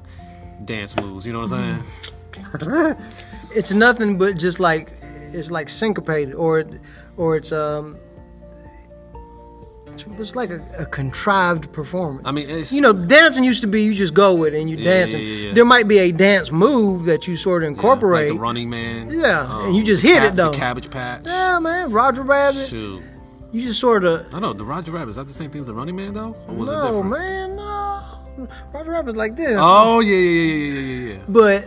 Speaker 2: dance moves, you know what I'm saying?
Speaker 1: Mm-hmm. it's nothing but just like it's like syncopated or it or it's um it's like a, a contrived performance.
Speaker 2: I mean, it's,
Speaker 1: you know, dancing used to be you just go with it and you
Speaker 2: Yeah, yeah,
Speaker 1: dancing.
Speaker 2: yeah, yeah.
Speaker 1: There might be a dance move that you sort of
Speaker 2: yeah,
Speaker 1: incorporate.
Speaker 2: like the Running Man. Um,
Speaker 1: Yeah, and you just hit it, though.
Speaker 2: The Cabbage Patch.
Speaker 1: yeah, man, Roger Rabbit.
Speaker 2: Shoot.
Speaker 1: You just sort of
Speaker 2: I know the Roger Rabbit. Is that the same thing as the Running Man though, or was it
Speaker 1: no,
Speaker 2: different?
Speaker 1: man, no. Roger Rabbit's like this.
Speaker 2: Oh yeah, yeah, yeah, yeah, yeah, yeah, yeah.
Speaker 1: But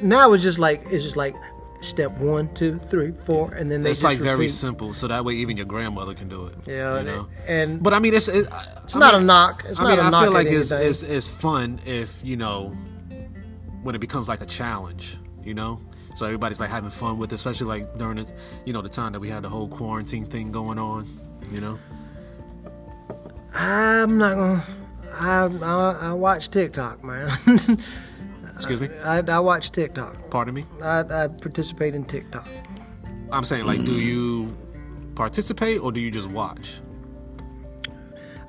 Speaker 1: now it's just like it's just like step one, two, three, four, and then they
Speaker 2: It's
Speaker 1: just
Speaker 2: like very
Speaker 1: repeat.
Speaker 2: simple, so that way even your grandmother can do it.
Speaker 1: Yeah,
Speaker 2: you
Speaker 1: and-
Speaker 2: know?
Speaker 1: and-
Speaker 2: but I mean, it's it, it's
Speaker 1: not a knock. It's
Speaker 2: I
Speaker 1: not
Speaker 2: mean,
Speaker 1: a
Speaker 2: I
Speaker 1: knock
Speaker 2: feel
Speaker 1: at
Speaker 2: like it's,
Speaker 1: anything.
Speaker 2: it's it's fun if you know when it becomes like a challenge, you know. So everybody's like having fun with, it, especially like during the you know the time that we had the whole quarantine thing going on, you know.
Speaker 1: I'm not gonna. I, I I watch TikTok, man.
Speaker 2: Excuse me,
Speaker 1: I, I watch TikTok.
Speaker 2: pardon me.
Speaker 1: I, I participate in TikTok.
Speaker 2: I'm saying like, do you participate or do you just watch?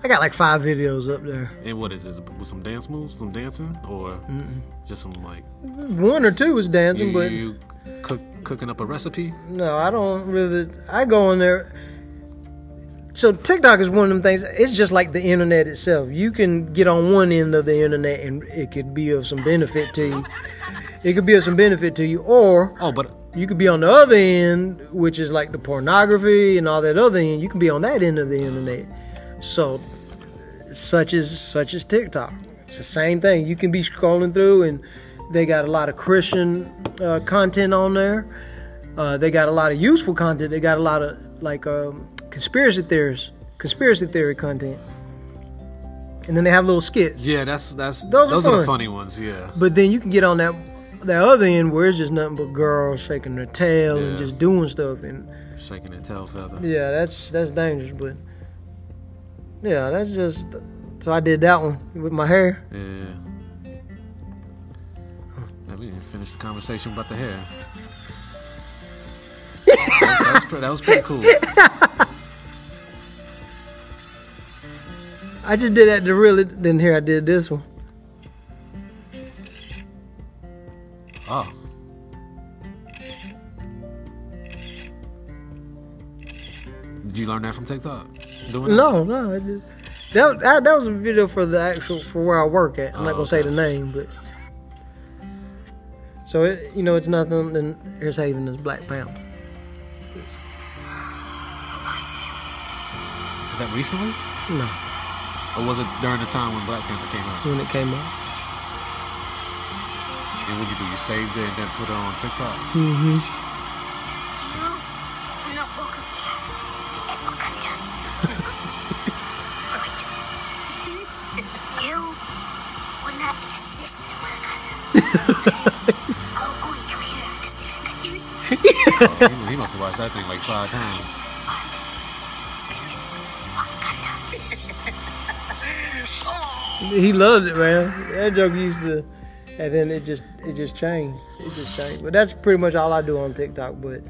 Speaker 1: I got like five videos up there.
Speaker 2: And what is it? Is it With some dance moves, some dancing, or just some like
Speaker 1: One or two is dancing,
Speaker 2: you,
Speaker 1: but
Speaker 2: you cook, cooking up a recipe?
Speaker 1: no, I don't really. I go on there. So TikTok is one of them things. It's just like the internet itself. You can get on one end of the internet, and it could be of some benefit to you. It could be of some benefit to you, or
Speaker 2: Oh, but
Speaker 1: you could be on the other end, which is like the pornography and all that other end. You can be on that end of the internet. So, such as such as TikTok, it's the same thing. You can be scrolling through, and they got a lot of Christian uh, content on there. Uh, they got a lot of useful content. They got a lot of like um, conspiracy theories, conspiracy theory content, and then they have little skits.
Speaker 2: yeah, that's that's
Speaker 1: Those
Speaker 2: those,
Speaker 1: are
Speaker 2: are,
Speaker 1: fun.
Speaker 2: the funny ones. Yeah,
Speaker 1: But then you can get on that that other end where it's just nothing but girls shaking their tail and
Speaker 2: Yeah.
Speaker 1: just doing stuff and
Speaker 2: shaking the tail feather.
Speaker 1: yeah, that's that's dangerous, but yeah, that's just so I did that one with my hair.
Speaker 2: Yeah. Now we didn't finish the conversation about the hair. That's- that, was pre- that was pretty cool.
Speaker 1: I just did that to really then here I did this one.
Speaker 2: Oh. Did you learn that from TikTok? Doing that?
Speaker 1: No, no, I just, that, that that was a video for the actual for where I work at. I'm not
Speaker 2: Oh,
Speaker 1: gonna say
Speaker 2: okay.
Speaker 1: the name, but so it you know it's nothing than here's Haven is Black Panther.
Speaker 2: Is that recently?
Speaker 1: No,
Speaker 2: Or was it during the time when Black Panther came out?
Speaker 1: when it came out.
Speaker 2: And what you do? You saved it and then put it on TikTok? He, he must have watched that thing like five times.
Speaker 1: He loved it, man. That joke used to, and then it just it just changed. It just changed. But that's pretty much all I do on TikTok. But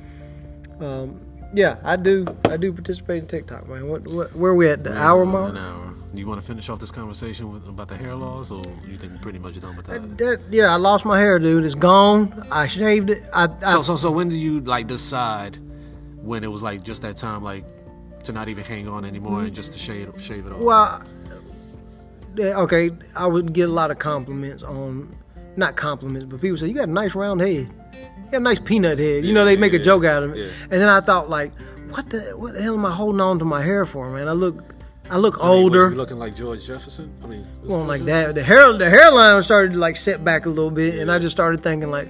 Speaker 1: um, yeah, I do I do participate in TikTok, man. What, what where we at the hour mark?
Speaker 2: An hour. You want to finish off this conversation with, about the hair loss, or you think we're pretty much done with that?
Speaker 1: That, yeah, I lost my hair, dude. It's gone. I shaved it. I, I
Speaker 2: So, so, so, when did you like decide when it was like just that time, like to not even hang on anymore and just to shave shave it off?
Speaker 1: Mm-hmm. Well, yeah, okay, I would get a lot of compliments on, not compliments, but people say you got a nice round head, you got a nice peanut head. You know, they make a joke out of it. And then I thought like, what the what the hell am I holding on to my hair for, man? I look, I look
Speaker 2: I mean, was
Speaker 1: older.
Speaker 2: you looking like George Jefferson. I mean, was it
Speaker 1: Well,
Speaker 2: George
Speaker 1: like
Speaker 2: Jefferson?
Speaker 1: that, the hair, the hairline started to like set back a little bit, and I just started thinking like,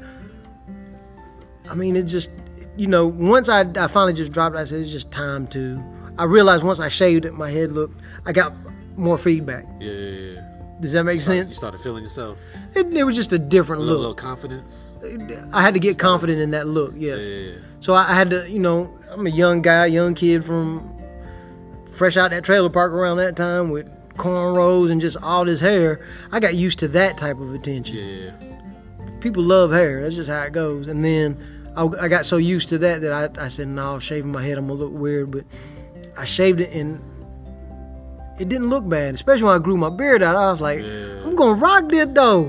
Speaker 1: I mean, it just, you know, once I, I finally just dropped, it, I said it's just time to. I realized once I shaved it, my head looked, I got more feedback.
Speaker 2: Yeah, yeah, yeah.
Speaker 1: Does that make
Speaker 2: You
Speaker 1: sense?
Speaker 2: started feeling yourself.
Speaker 1: It, it was just a different
Speaker 2: A little, little
Speaker 1: look.
Speaker 2: confidence.
Speaker 1: I had to get confident in that look. Yes.
Speaker 2: Yeah, yeah.
Speaker 1: So I, I had to, you know, I'm a young guy, young kid from fresh out that trailer park around that time with cornrows and just all this hair. I got used to that type of attention.
Speaker 2: yeah.
Speaker 1: People love hair. That's just how it goes. And then I, I got so used to that that I, I said, no, shaving my head, I'm going to look weird. But I shaved it and it didn't look bad, especially when I grew my beard out. I was like, I'm going to rock this though.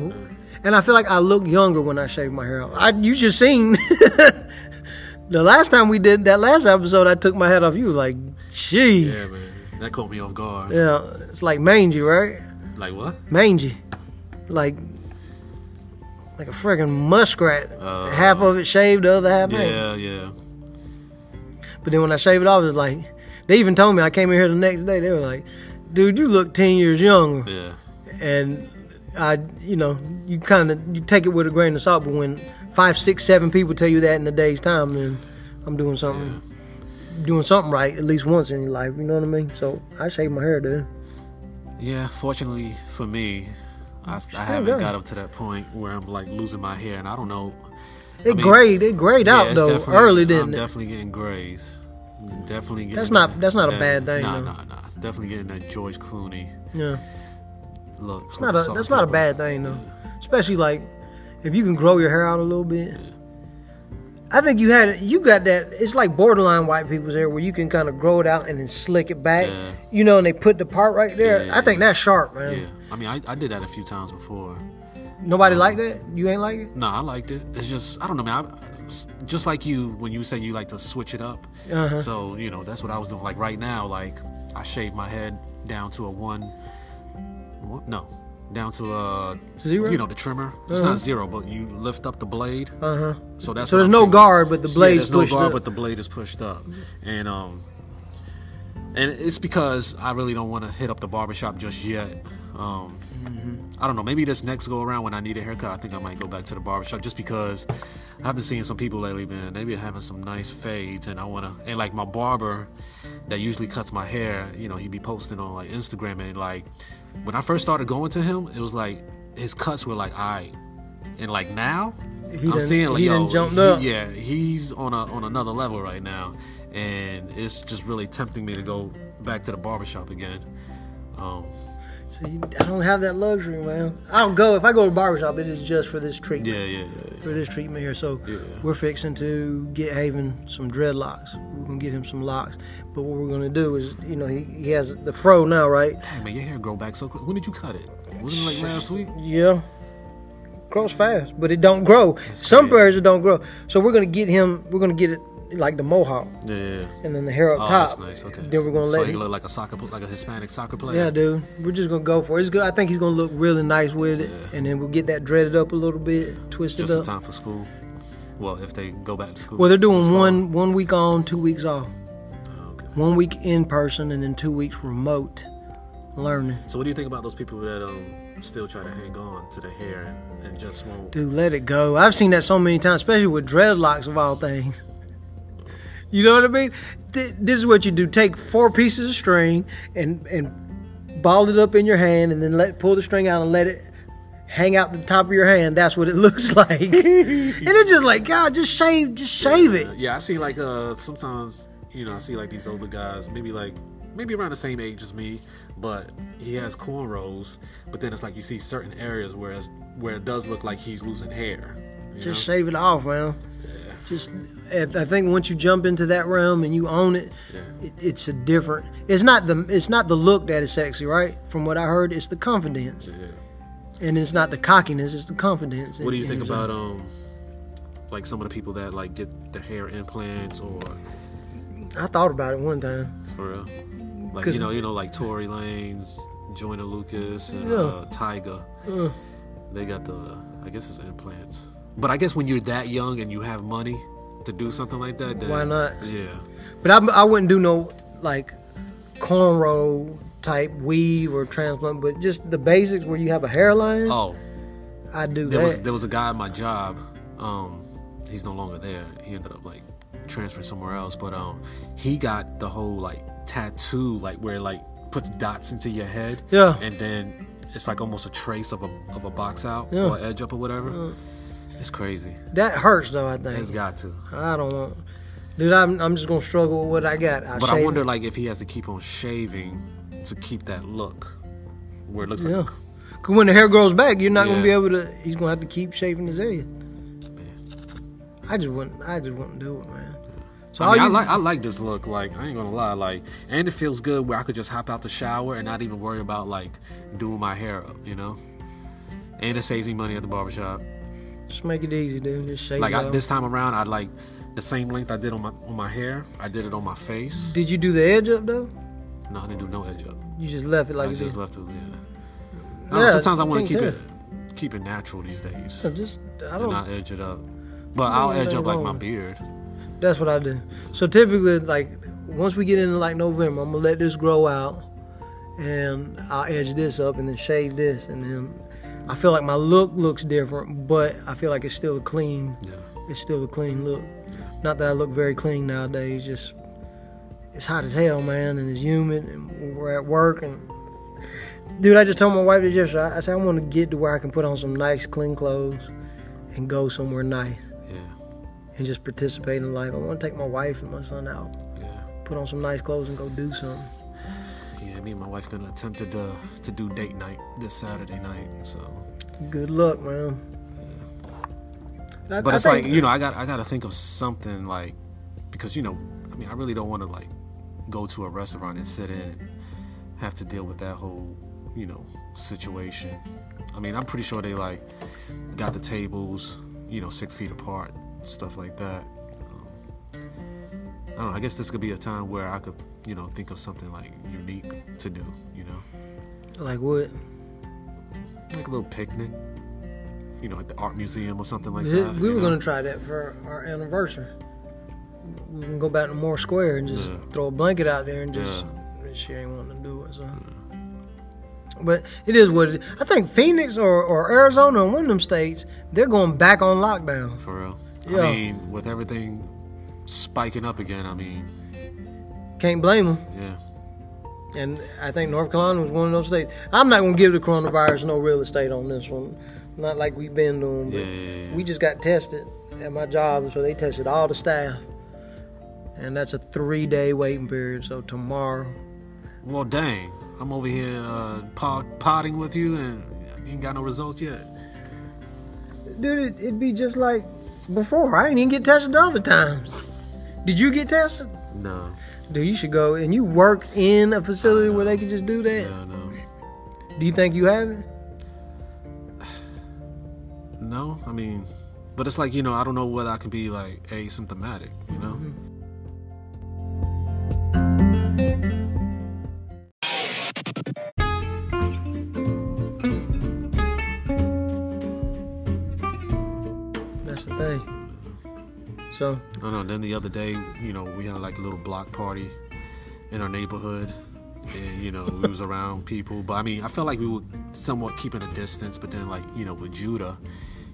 Speaker 1: And I feel like I look younger when I shave my hair off. I, you just seen the last time we did that last episode, I took my head off. You was like, gee.
Speaker 2: Yeah, man. That caught me off guard.
Speaker 1: Yeah, it's like mangy, right?
Speaker 2: Like what?
Speaker 1: Mangy, like like a friggin' muskrat. half of it shaved, the other half ain't.
Speaker 2: Uh, Yeah, yeah.
Speaker 1: But then when I shaved it off, it was like they even told me I came in here the next day. They were like, "Dude, you look ten years younger,"
Speaker 2: Yeah.
Speaker 1: and I, you know, you kind of you take it with a grain of salt. But when five, six, seven people tell you that in a day's time, then I'm doing something, doing something right at least once in your life. You know what I mean? So I shaved my hair, dude.
Speaker 2: Yeah, fortunately for me, I, I
Speaker 1: good.
Speaker 2: haven't got up to that point where I'm like losing my hair, and I don't know.
Speaker 1: It
Speaker 2: mean,
Speaker 1: grayed, it grayed
Speaker 2: Yeah,
Speaker 1: out
Speaker 2: it's
Speaker 1: though
Speaker 2: definitely-
Speaker 1: early,
Speaker 2: I'm
Speaker 1: didn't it?
Speaker 2: definitely getting grays. Definitely getting
Speaker 1: That's not-
Speaker 2: that-
Speaker 1: that's not a
Speaker 2: that-
Speaker 1: bad thing,
Speaker 2: Nah,
Speaker 1: though.
Speaker 2: nah, nah. Definitely getting that George Clooney
Speaker 1: yeah,
Speaker 2: look. It's
Speaker 1: not a, that's not a bad thing though, especially like if you can grow your hair out a little bit. I think you had you got that. It's like borderline white people's hair where you can kind of grow it out and then slick it back,
Speaker 2: Yeah.
Speaker 1: you know, and they put the part right there.
Speaker 2: Yeah,
Speaker 1: I think that's sharp, man.
Speaker 2: Yeah, I mean, I, I did that a few times before.
Speaker 1: Nobody like that. You ain't like it.
Speaker 2: No, I liked it. It's just I don't know, man. I, it's just like you, when you say you like to switch it up,
Speaker 1: Uh-huh.
Speaker 2: so you know that's what I was doing. Like right now, like I shaved my head down to a one, what? no, down to a
Speaker 1: Zero?
Speaker 2: You know the trimmer. It's not zero, but you lift up the blade.
Speaker 1: Uh huh.
Speaker 2: So that's what
Speaker 1: So there's
Speaker 2: I'm
Speaker 1: no
Speaker 2: shooting.
Speaker 1: guard, but the
Speaker 2: yeah,
Speaker 1: blade's
Speaker 2: there's no
Speaker 1: pushed
Speaker 2: guard,
Speaker 1: up.
Speaker 2: but the blade is pushed up, and um, and it's because I really don't want to hit up the barbershop just yet. Um,
Speaker 1: Mm-hmm.
Speaker 2: I don't know. Maybe this next go around when I need a haircut, I think I might go back to the barbershop just because I've been seeing some people lately, man. They be having some nice fades, and I wanna and like my barber that usually cuts my hair. You know, he be posting on like Instagram and like when I first started going to him, it was like his cuts were like I, and like now
Speaker 1: He
Speaker 2: I'm
Speaker 1: done-
Speaker 2: seeing like
Speaker 1: he
Speaker 2: yo,
Speaker 1: done jumped
Speaker 2: he-
Speaker 1: up.
Speaker 2: yeah, he's on a on another level right now, and it's just really tempting me to go back to the barbershop again. Um,
Speaker 1: See, I don't have that luxury, man. I'll go if I go to the barbershop. It is just for this treatment.
Speaker 2: yeah, yeah, yeah.
Speaker 1: for this treatment here. So
Speaker 2: Yeah.
Speaker 1: we're fixing to get Haven some dreadlocks. We're gonna get him some locks. But what we're gonna do is, you know, he, he has the fro now, right?
Speaker 2: Hey man, your hair grow back so quick. When did you cut it? Wasn't it like last week?
Speaker 1: Yeah. Grows fast, but it don't grow. some
Speaker 2: crazy.
Speaker 1: birds it don't grow. So we're gonna get him. We're gonna get it like the mohawk
Speaker 2: Yeah.
Speaker 1: and then the hair up
Speaker 2: Oh,
Speaker 1: top.
Speaker 2: that's nice. Okay.
Speaker 1: Then we're gonna
Speaker 2: so
Speaker 1: let
Speaker 2: he
Speaker 1: him.
Speaker 2: look like a soccer, pl- like a Hispanic soccer player.
Speaker 1: Yeah, dude. We're just gonna go for it. It's good. I think he's gonna look really nice with it, and then we'll get that dreaded up a little bit, twisted
Speaker 2: Just in
Speaker 1: up.
Speaker 2: time for school. Well, if they go back to school.
Speaker 1: Well, they're
Speaker 2: this
Speaker 1: doing
Speaker 2: fall.
Speaker 1: one one week on, two weeks off.
Speaker 2: okay.
Speaker 1: One week in person, and then two weeks remote learning.
Speaker 2: So what do you think about those people that um still try to hang on to the hair and, and just won't?
Speaker 1: Dude, let it go. I've seen that so many times, especially with dreadlocks of all things. You know what I mean? Th- This is what you do: take four pieces of string and and ball it up in your hand, and then let pull the string out and let it hang out the top of your hand. That's what it looks like. and it's just like God, just shave, just shave it.
Speaker 2: Uh, yeah, I see like uh sometimes you know I see like these older guys maybe like maybe around the same age as me, but he has cornrows. But then it's like you see certain areas where it's, where it does look like he's losing hair. You
Speaker 1: Just
Speaker 2: know?
Speaker 1: shave it off, man. Just, I I think once you jump into that realm and you own it,
Speaker 2: Yeah.
Speaker 1: it, it's a different. It's not the it's not the look that is sexy, right? From what I heard, it's the confidence,
Speaker 2: Yeah.
Speaker 1: and it's not the cockiness. It's the confidence.
Speaker 2: What do you
Speaker 1: in-
Speaker 2: think
Speaker 1: in-
Speaker 2: about um like some of the people that like get the hair implants or
Speaker 1: I thought about it one time.
Speaker 2: for real? Like
Speaker 1: 'Cause-
Speaker 2: you know, you know like Tory Lanez, Joyner Lucas and
Speaker 1: Yeah.
Speaker 2: uh Tyga. They got the I guess it's implants. But I guess when you're that young and you have money to do something like that, then
Speaker 1: Why not?
Speaker 2: Yeah.
Speaker 1: But I, I wouldn't do no like cornrow type weave or transplant, but just the basics where you have a hairline.
Speaker 2: Oh,
Speaker 1: I do
Speaker 2: there
Speaker 1: that.
Speaker 2: was there was a guy at my job. Um, he's no longer there. He ended up like transferring somewhere else. But um, he got the whole like tattoo, like where it, like puts dots into your head.
Speaker 1: Yeah.
Speaker 2: And then it's like almost a trace of a of a box out
Speaker 1: Yeah.
Speaker 2: or edge up or whatever. It's crazy.
Speaker 1: that hurts though. I think
Speaker 2: It's got to.
Speaker 1: I don't want. Dude, I'm, I'm just gonna struggle with what I got. I
Speaker 2: But
Speaker 1: shave
Speaker 2: I
Speaker 1: it.
Speaker 2: wonder like if he has to keep on shaving to keep that look, where it looks
Speaker 1: Yeah.
Speaker 2: like. a-
Speaker 1: Cause when the hair grows back, you're not gonna be
Speaker 2: Yeah.
Speaker 1: able to. He's gonna have to keep shaving his head. I just wouldn't. I just wouldn't do it, man. So
Speaker 2: I, mean,
Speaker 1: all
Speaker 2: I
Speaker 1: you-
Speaker 2: like I like this look. Like I ain't gonna lie. Like and it feels good where I could just hop out the shower and not even worry about like doing my hair up. You know. And it saves me money at the barbershop.
Speaker 1: just make it easy, dude. Just shave
Speaker 2: Like
Speaker 1: it
Speaker 2: I,
Speaker 1: off.
Speaker 2: this time around, I like the same length I did on my on my hair. I did it on my face.
Speaker 1: Did you do the edge up though?
Speaker 2: No, I didn't do no edge up.
Speaker 1: You just left it like
Speaker 2: I
Speaker 1: Oh, you
Speaker 2: just
Speaker 1: just.
Speaker 2: left it. Yeah. I don't know,
Speaker 1: Yeah,
Speaker 2: sometimes I
Speaker 1: I
Speaker 2: want to
Speaker 1: think
Speaker 2: keep
Speaker 1: so.
Speaker 2: it keep it natural these days,
Speaker 1: I just I
Speaker 2: and
Speaker 1: don't.
Speaker 2: not edge it up. But I'll
Speaker 1: nothing
Speaker 2: edge up like
Speaker 1: wrong
Speaker 2: my
Speaker 1: with
Speaker 2: beard.
Speaker 1: That's what I do. So typically, like once we get into like November, I'm gonna let this grow out, and I'll edge this up and then shave this, and then I feel like my look looks different, but I feel like it's still a clean.
Speaker 2: Yeah.
Speaker 1: It's still a clean look. Not that I look very clean nowadays. Just it's hot as hell, man, and it's humid, and we're at work and. Dude, I just told my wife this yesterday. I I said I want to get to where I can put on some nice, clean clothes, and go somewhere nice
Speaker 2: Yeah.
Speaker 1: and just participate in life. I want to take my wife and my son out,
Speaker 2: Yeah.
Speaker 1: put on some nice clothes, and go do something.
Speaker 2: Yeah. Me and my wife gonna attempt to do, to do date night this Saturday night. So,
Speaker 1: Good luck, man. I-
Speaker 2: but
Speaker 1: I
Speaker 2: it's
Speaker 1: think-
Speaker 2: like you know, I got I gotta think of something like because you know, I mean, I really don't want to like go to a restaurant and sit in and have to deal with that whole you know situation. I mean, I'm pretty sure they like got the tables you know six feet apart, stuff like that. Um, I don't know. I guess this could be a time where I could, you know, think of something like unique to do, you know,
Speaker 1: like what?
Speaker 2: like a little picnic, you know, at the art museum or something like
Speaker 1: Th-
Speaker 2: that.
Speaker 1: we
Speaker 2: you
Speaker 1: were
Speaker 2: know?
Speaker 1: gonna try that for our anniversary. We can go back to Moore Square and just
Speaker 2: Yeah.
Speaker 1: throw a blanket out there and just she ain't wanting to do it. So, but it is what it, I think. Phoenix or, or Arizona, or one of them states, they're going back on lockdown.
Speaker 2: For real.
Speaker 1: Yeah.
Speaker 2: I mean, with everything spiking up again, I mean,
Speaker 1: Can't blame them.
Speaker 2: yeah.
Speaker 1: and I think North Carolina was one of those states. I'm not gonna give the coronavirus no real estate on this one, not like we've been doing. But
Speaker 2: Yeah, yeah, yeah.
Speaker 1: we just got tested at my job, and so they tested all the staff, and that's a three-day waiting period. So tomorrow,
Speaker 2: Well, dang. I'm over here uh, pod- potting with you and you ain't got no results yet.
Speaker 1: dude, it, it'd be just like before. I ain't even get tested the other times. Did you get tested?
Speaker 2: No.
Speaker 1: Dude, you should go and you work in a facility where they can just do that.
Speaker 2: Yeah, no.
Speaker 1: Do you think you have it?
Speaker 2: No, I mean, but it's like, you know, I don't know whether I can be like asymptomatic, you know?
Speaker 1: Mm-hmm. That's the thing. So
Speaker 2: I don't know. Then the other day, you know, we had like a little block party in our neighborhood, and you know, we was around people. But I mean, I felt like we were somewhat keeping a distance. But then, like you know, with Judah,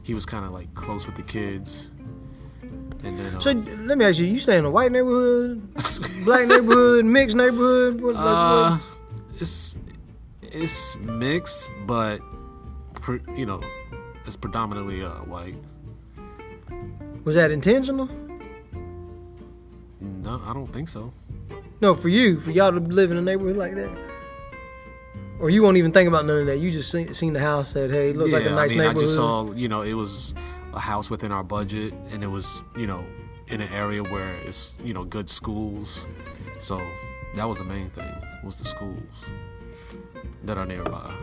Speaker 2: he was kind of like close with the kids. And then, uh,
Speaker 1: So let me ask you: You stay in a white neighborhood, black neighborhood, mixed neighborhood? What, what- what-
Speaker 2: uh, it's it's mixed, but pre, you know, it's predominantly uh, white.
Speaker 1: was that intentional?
Speaker 2: No, I don't think so.
Speaker 1: No, for you, for y'all to live in a neighborhood like that, or you won't even think about none of that. You just seen, seen the house said, "Hey, it looks like a nice
Speaker 2: I mean, I
Speaker 1: neighborhood."
Speaker 2: just saw, you know, it was a house within our budget, and it was, you know, in an area where it's, you know, good schools. So that was the main thing was the schools that are nearby.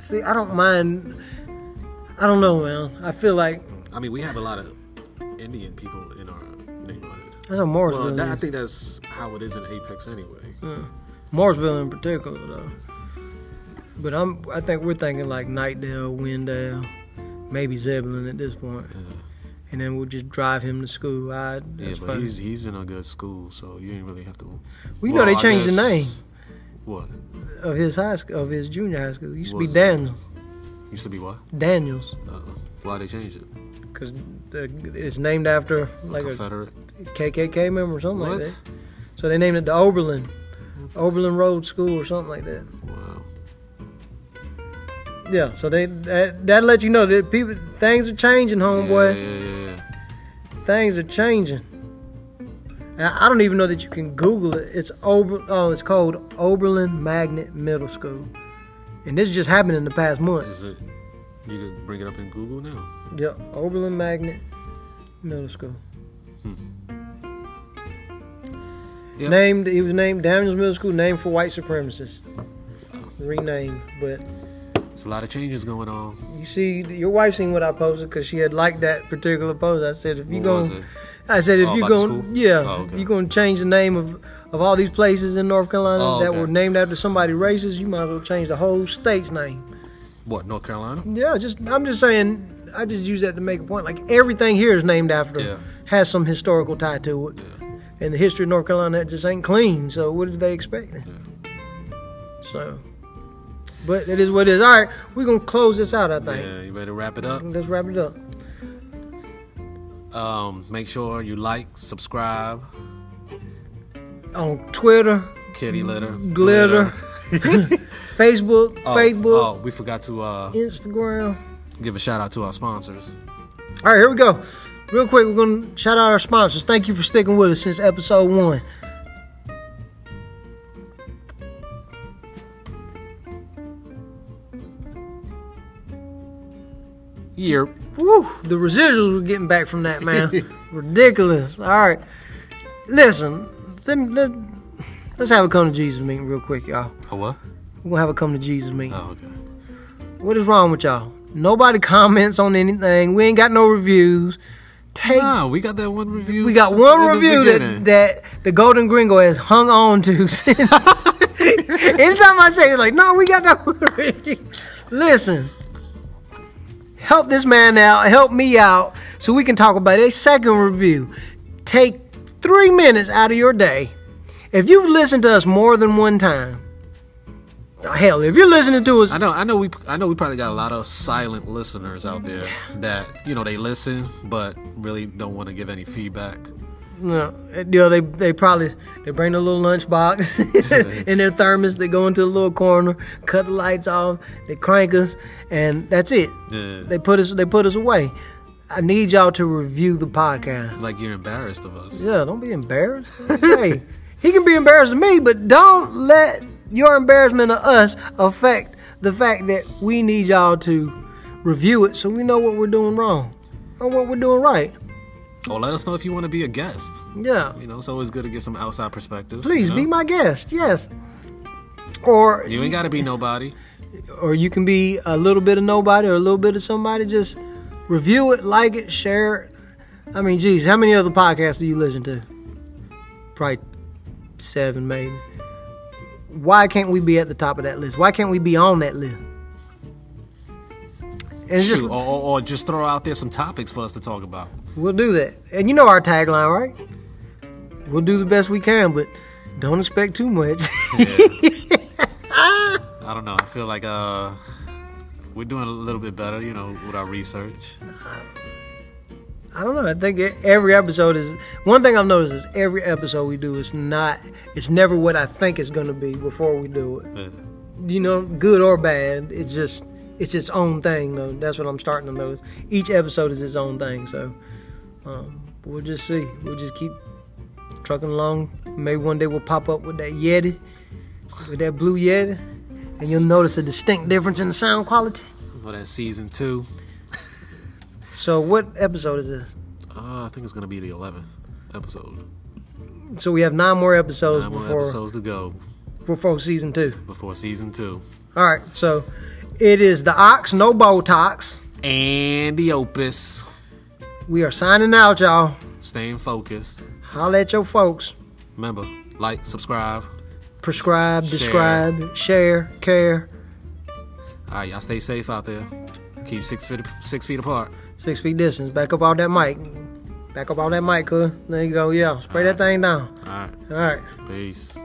Speaker 1: See, I don't mind. I don't know, man. I feel like
Speaker 2: I mean, we have a lot of Indian people in our neighborhood.
Speaker 1: that's a Morrisville.
Speaker 2: Well, that, I
Speaker 1: is.
Speaker 2: think that's how it is in Apex anyway.
Speaker 1: Hmm. Morrisville in particular, though. But I'm, I think we're thinking like Nightdale, Wendell, maybe Zebulon at this point, and then we'll just drive him to school. I,
Speaker 2: Yeah,
Speaker 1: that's
Speaker 2: but
Speaker 1: fine.
Speaker 2: he's he's in a good school, so you ain't really have to.
Speaker 1: We know they
Speaker 2: I
Speaker 1: changed the
Speaker 2: guess- What
Speaker 1: of his high school, of his junior high school. It used to be
Speaker 2: Was it?
Speaker 1: Daniels,
Speaker 2: used to be what?
Speaker 1: Daniels,
Speaker 2: Uh, why they changed it?
Speaker 1: because it's named after like a
Speaker 2: Confederate.
Speaker 1: KKK member or something like
Speaker 2: What?
Speaker 1: that. So they named it the Oberlin, Oberlin Road School or something like that.
Speaker 2: Wow.
Speaker 1: Yeah, so they that, that let you know that people things are changing, homeboy.
Speaker 2: Yeah, yeah, yeah, yeah.
Speaker 1: Things are changing. And I I don't even know that you can Google it. It's Ober, oh, it's called Oberlin Magnet Middle School, and this just happened in the past month.
Speaker 2: Is it? You can bring it up in Google now.
Speaker 1: Yep, Oberlin Magnet Middle School.
Speaker 2: Hmm. Yep.
Speaker 1: Named, he was named Daniels Middle School, named for white supremacists. Renamed, but
Speaker 2: There's a lot of changes going on.
Speaker 1: you see, your wife seen what I posted because she had liked that particular post. I said, if you
Speaker 2: What
Speaker 1: go,
Speaker 2: was it?
Speaker 1: I said, if
Speaker 2: Oh,
Speaker 1: you
Speaker 2: about the
Speaker 1: go,
Speaker 2: school?
Speaker 1: yeah,
Speaker 2: Oh, okay.
Speaker 1: you gonna change the name of of all these places in North Carolina
Speaker 2: Oh,
Speaker 1: that
Speaker 2: okay.
Speaker 1: were named after somebody racist, you might as well change the whole state's name.
Speaker 2: What North Carolina?
Speaker 1: Yeah, just I'm just saying. I just use that to make a point. Like everything here is named after
Speaker 2: Yeah.
Speaker 1: has some historical tie to it, and the history of North Carolina just ain't clean. So what did they expect? So, but it is what it is. All right, we're gonna close this out. I think.
Speaker 2: Yeah, you ready to wrap it up?
Speaker 1: Let's wrap it up.
Speaker 2: Um, make sure you like, subscribe,
Speaker 1: On Twitter,
Speaker 2: kitty litter,
Speaker 1: glitter, Facebook,
Speaker 2: Oh,
Speaker 1: Facebook,
Speaker 2: Oh, we forgot to uh,
Speaker 1: Instagram.
Speaker 2: give a shout out to our sponsors.
Speaker 1: All right, here we go. Real quick, we're gonna shout out our sponsors. Thank you for sticking with us since episode one.
Speaker 2: Year.
Speaker 1: Woo, the residuals we're getting back from that, man. Ridiculous. All right. Listen, let me, let, us have a come to Jesus meeting real quick, y'all.
Speaker 2: Oh what?
Speaker 1: We're going to have a come to Jesus meeting.
Speaker 2: Oh okay.
Speaker 1: What is wrong with y'all? Nobody comments on anything. We ain't got no reviews. Take.
Speaker 2: Nah, we got that one review.
Speaker 1: We got
Speaker 2: in
Speaker 1: one
Speaker 2: the
Speaker 1: review
Speaker 2: beginning.
Speaker 1: that, that the Golden Gringo has hung on to since. Anytime I say it, like, no, we got no. review." Listen, help this man out, help me out, so we can talk about a second review. Take three minutes out of your day. If you've listened to us more than one time, hell, if you're listening to us
Speaker 2: I know, I know, we, I know, we probably got a lot of silent listeners out there that you know they listen, but really don't want to give any feedback.
Speaker 1: No, you know they they probably they bring a little lunchbox in their thermos. They go into a little corner, cut the lights off, they crank us, and that's it.
Speaker 2: Yeah.
Speaker 1: They put us they put us away. I need y'all to review the podcast.
Speaker 2: Like you're embarrassed of us.
Speaker 1: Yeah, don't be embarrassed. hey, he can be embarrassed of me, but don't let your embarrassment of us affect the fact that we need y'all to review it so we know what we're doing wrong or what we're doing right.
Speaker 2: Or let us know if you want to be a guest.
Speaker 1: Yeah.
Speaker 2: You know, it's always good to get some outside perspective.
Speaker 1: Please
Speaker 2: you know?
Speaker 1: be my guest. Yes. Or
Speaker 2: You ain't gotta be nobody.
Speaker 1: or you can be a little bit of nobody or a little bit of somebody. Just review it, like it, share it. I mean, geez, how many other podcasts do you listen to? Probably seven, maybe. Why can't we be at the top of that list? Why can't we be on that list? And it's
Speaker 2: Shoot,
Speaker 1: just
Speaker 2: or, or, or just throw out there some topics for us to talk about.
Speaker 1: we'll do that. And you know our tagline, right? We'll do the best we can, but don't expect too much.
Speaker 2: I don't know. I feel like uh, we're doing a little bit better. You know, with our research.
Speaker 1: I don't know. I think e- every episode is one thing I've noticed is every episode we do is not. It's never what I think it's going to be before we do it.
Speaker 2: Yeah.
Speaker 1: You know, good or bad, it's just it's its own thing. Though that's what I'm starting to notice. Each episode is its own thing. So um, we'll just see. We'll just keep trucking along. Maybe one day we'll pop up with that Yeti, with that blue Yeti, and you'll notice a distinct difference in the sound quality.
Speaker 2: Well, that's season two.
Speaker 1: So what episode is this?
Speaker 2: Uh, I think it's gonna be the eleventh episode.
Speaker 1: So we have nine more episodes
Speaker 2: Nine more
Speaker 1: before
Speaker 2: episodes to go
Speaker 1: before season two.
Speaker 2: before season two.
Speaker 1: All right, so it is the Ox, no Botox.
Speaker 2: And the opus.
Speaker 1: We are signing out, y'all.
Speaker 2: Staying focused.
Speaker 1: Holla at your folks.
Speaker 2: Remember, like, subscribe.
Speaker 1: Prescribe,
Speaker 2: Share.
Speaker 1: describe, share, care.
Speaker 2: All right, y'all stay safe out there. Keep six feet six feet apart.
Speaker 1: Six feet distance. Back up all that mic. Back up all that mic, huh? There you go. Yeah, spray that thing down.
Speaker 2: All right,
Speaker 1: All right.
Speaker 2: peace.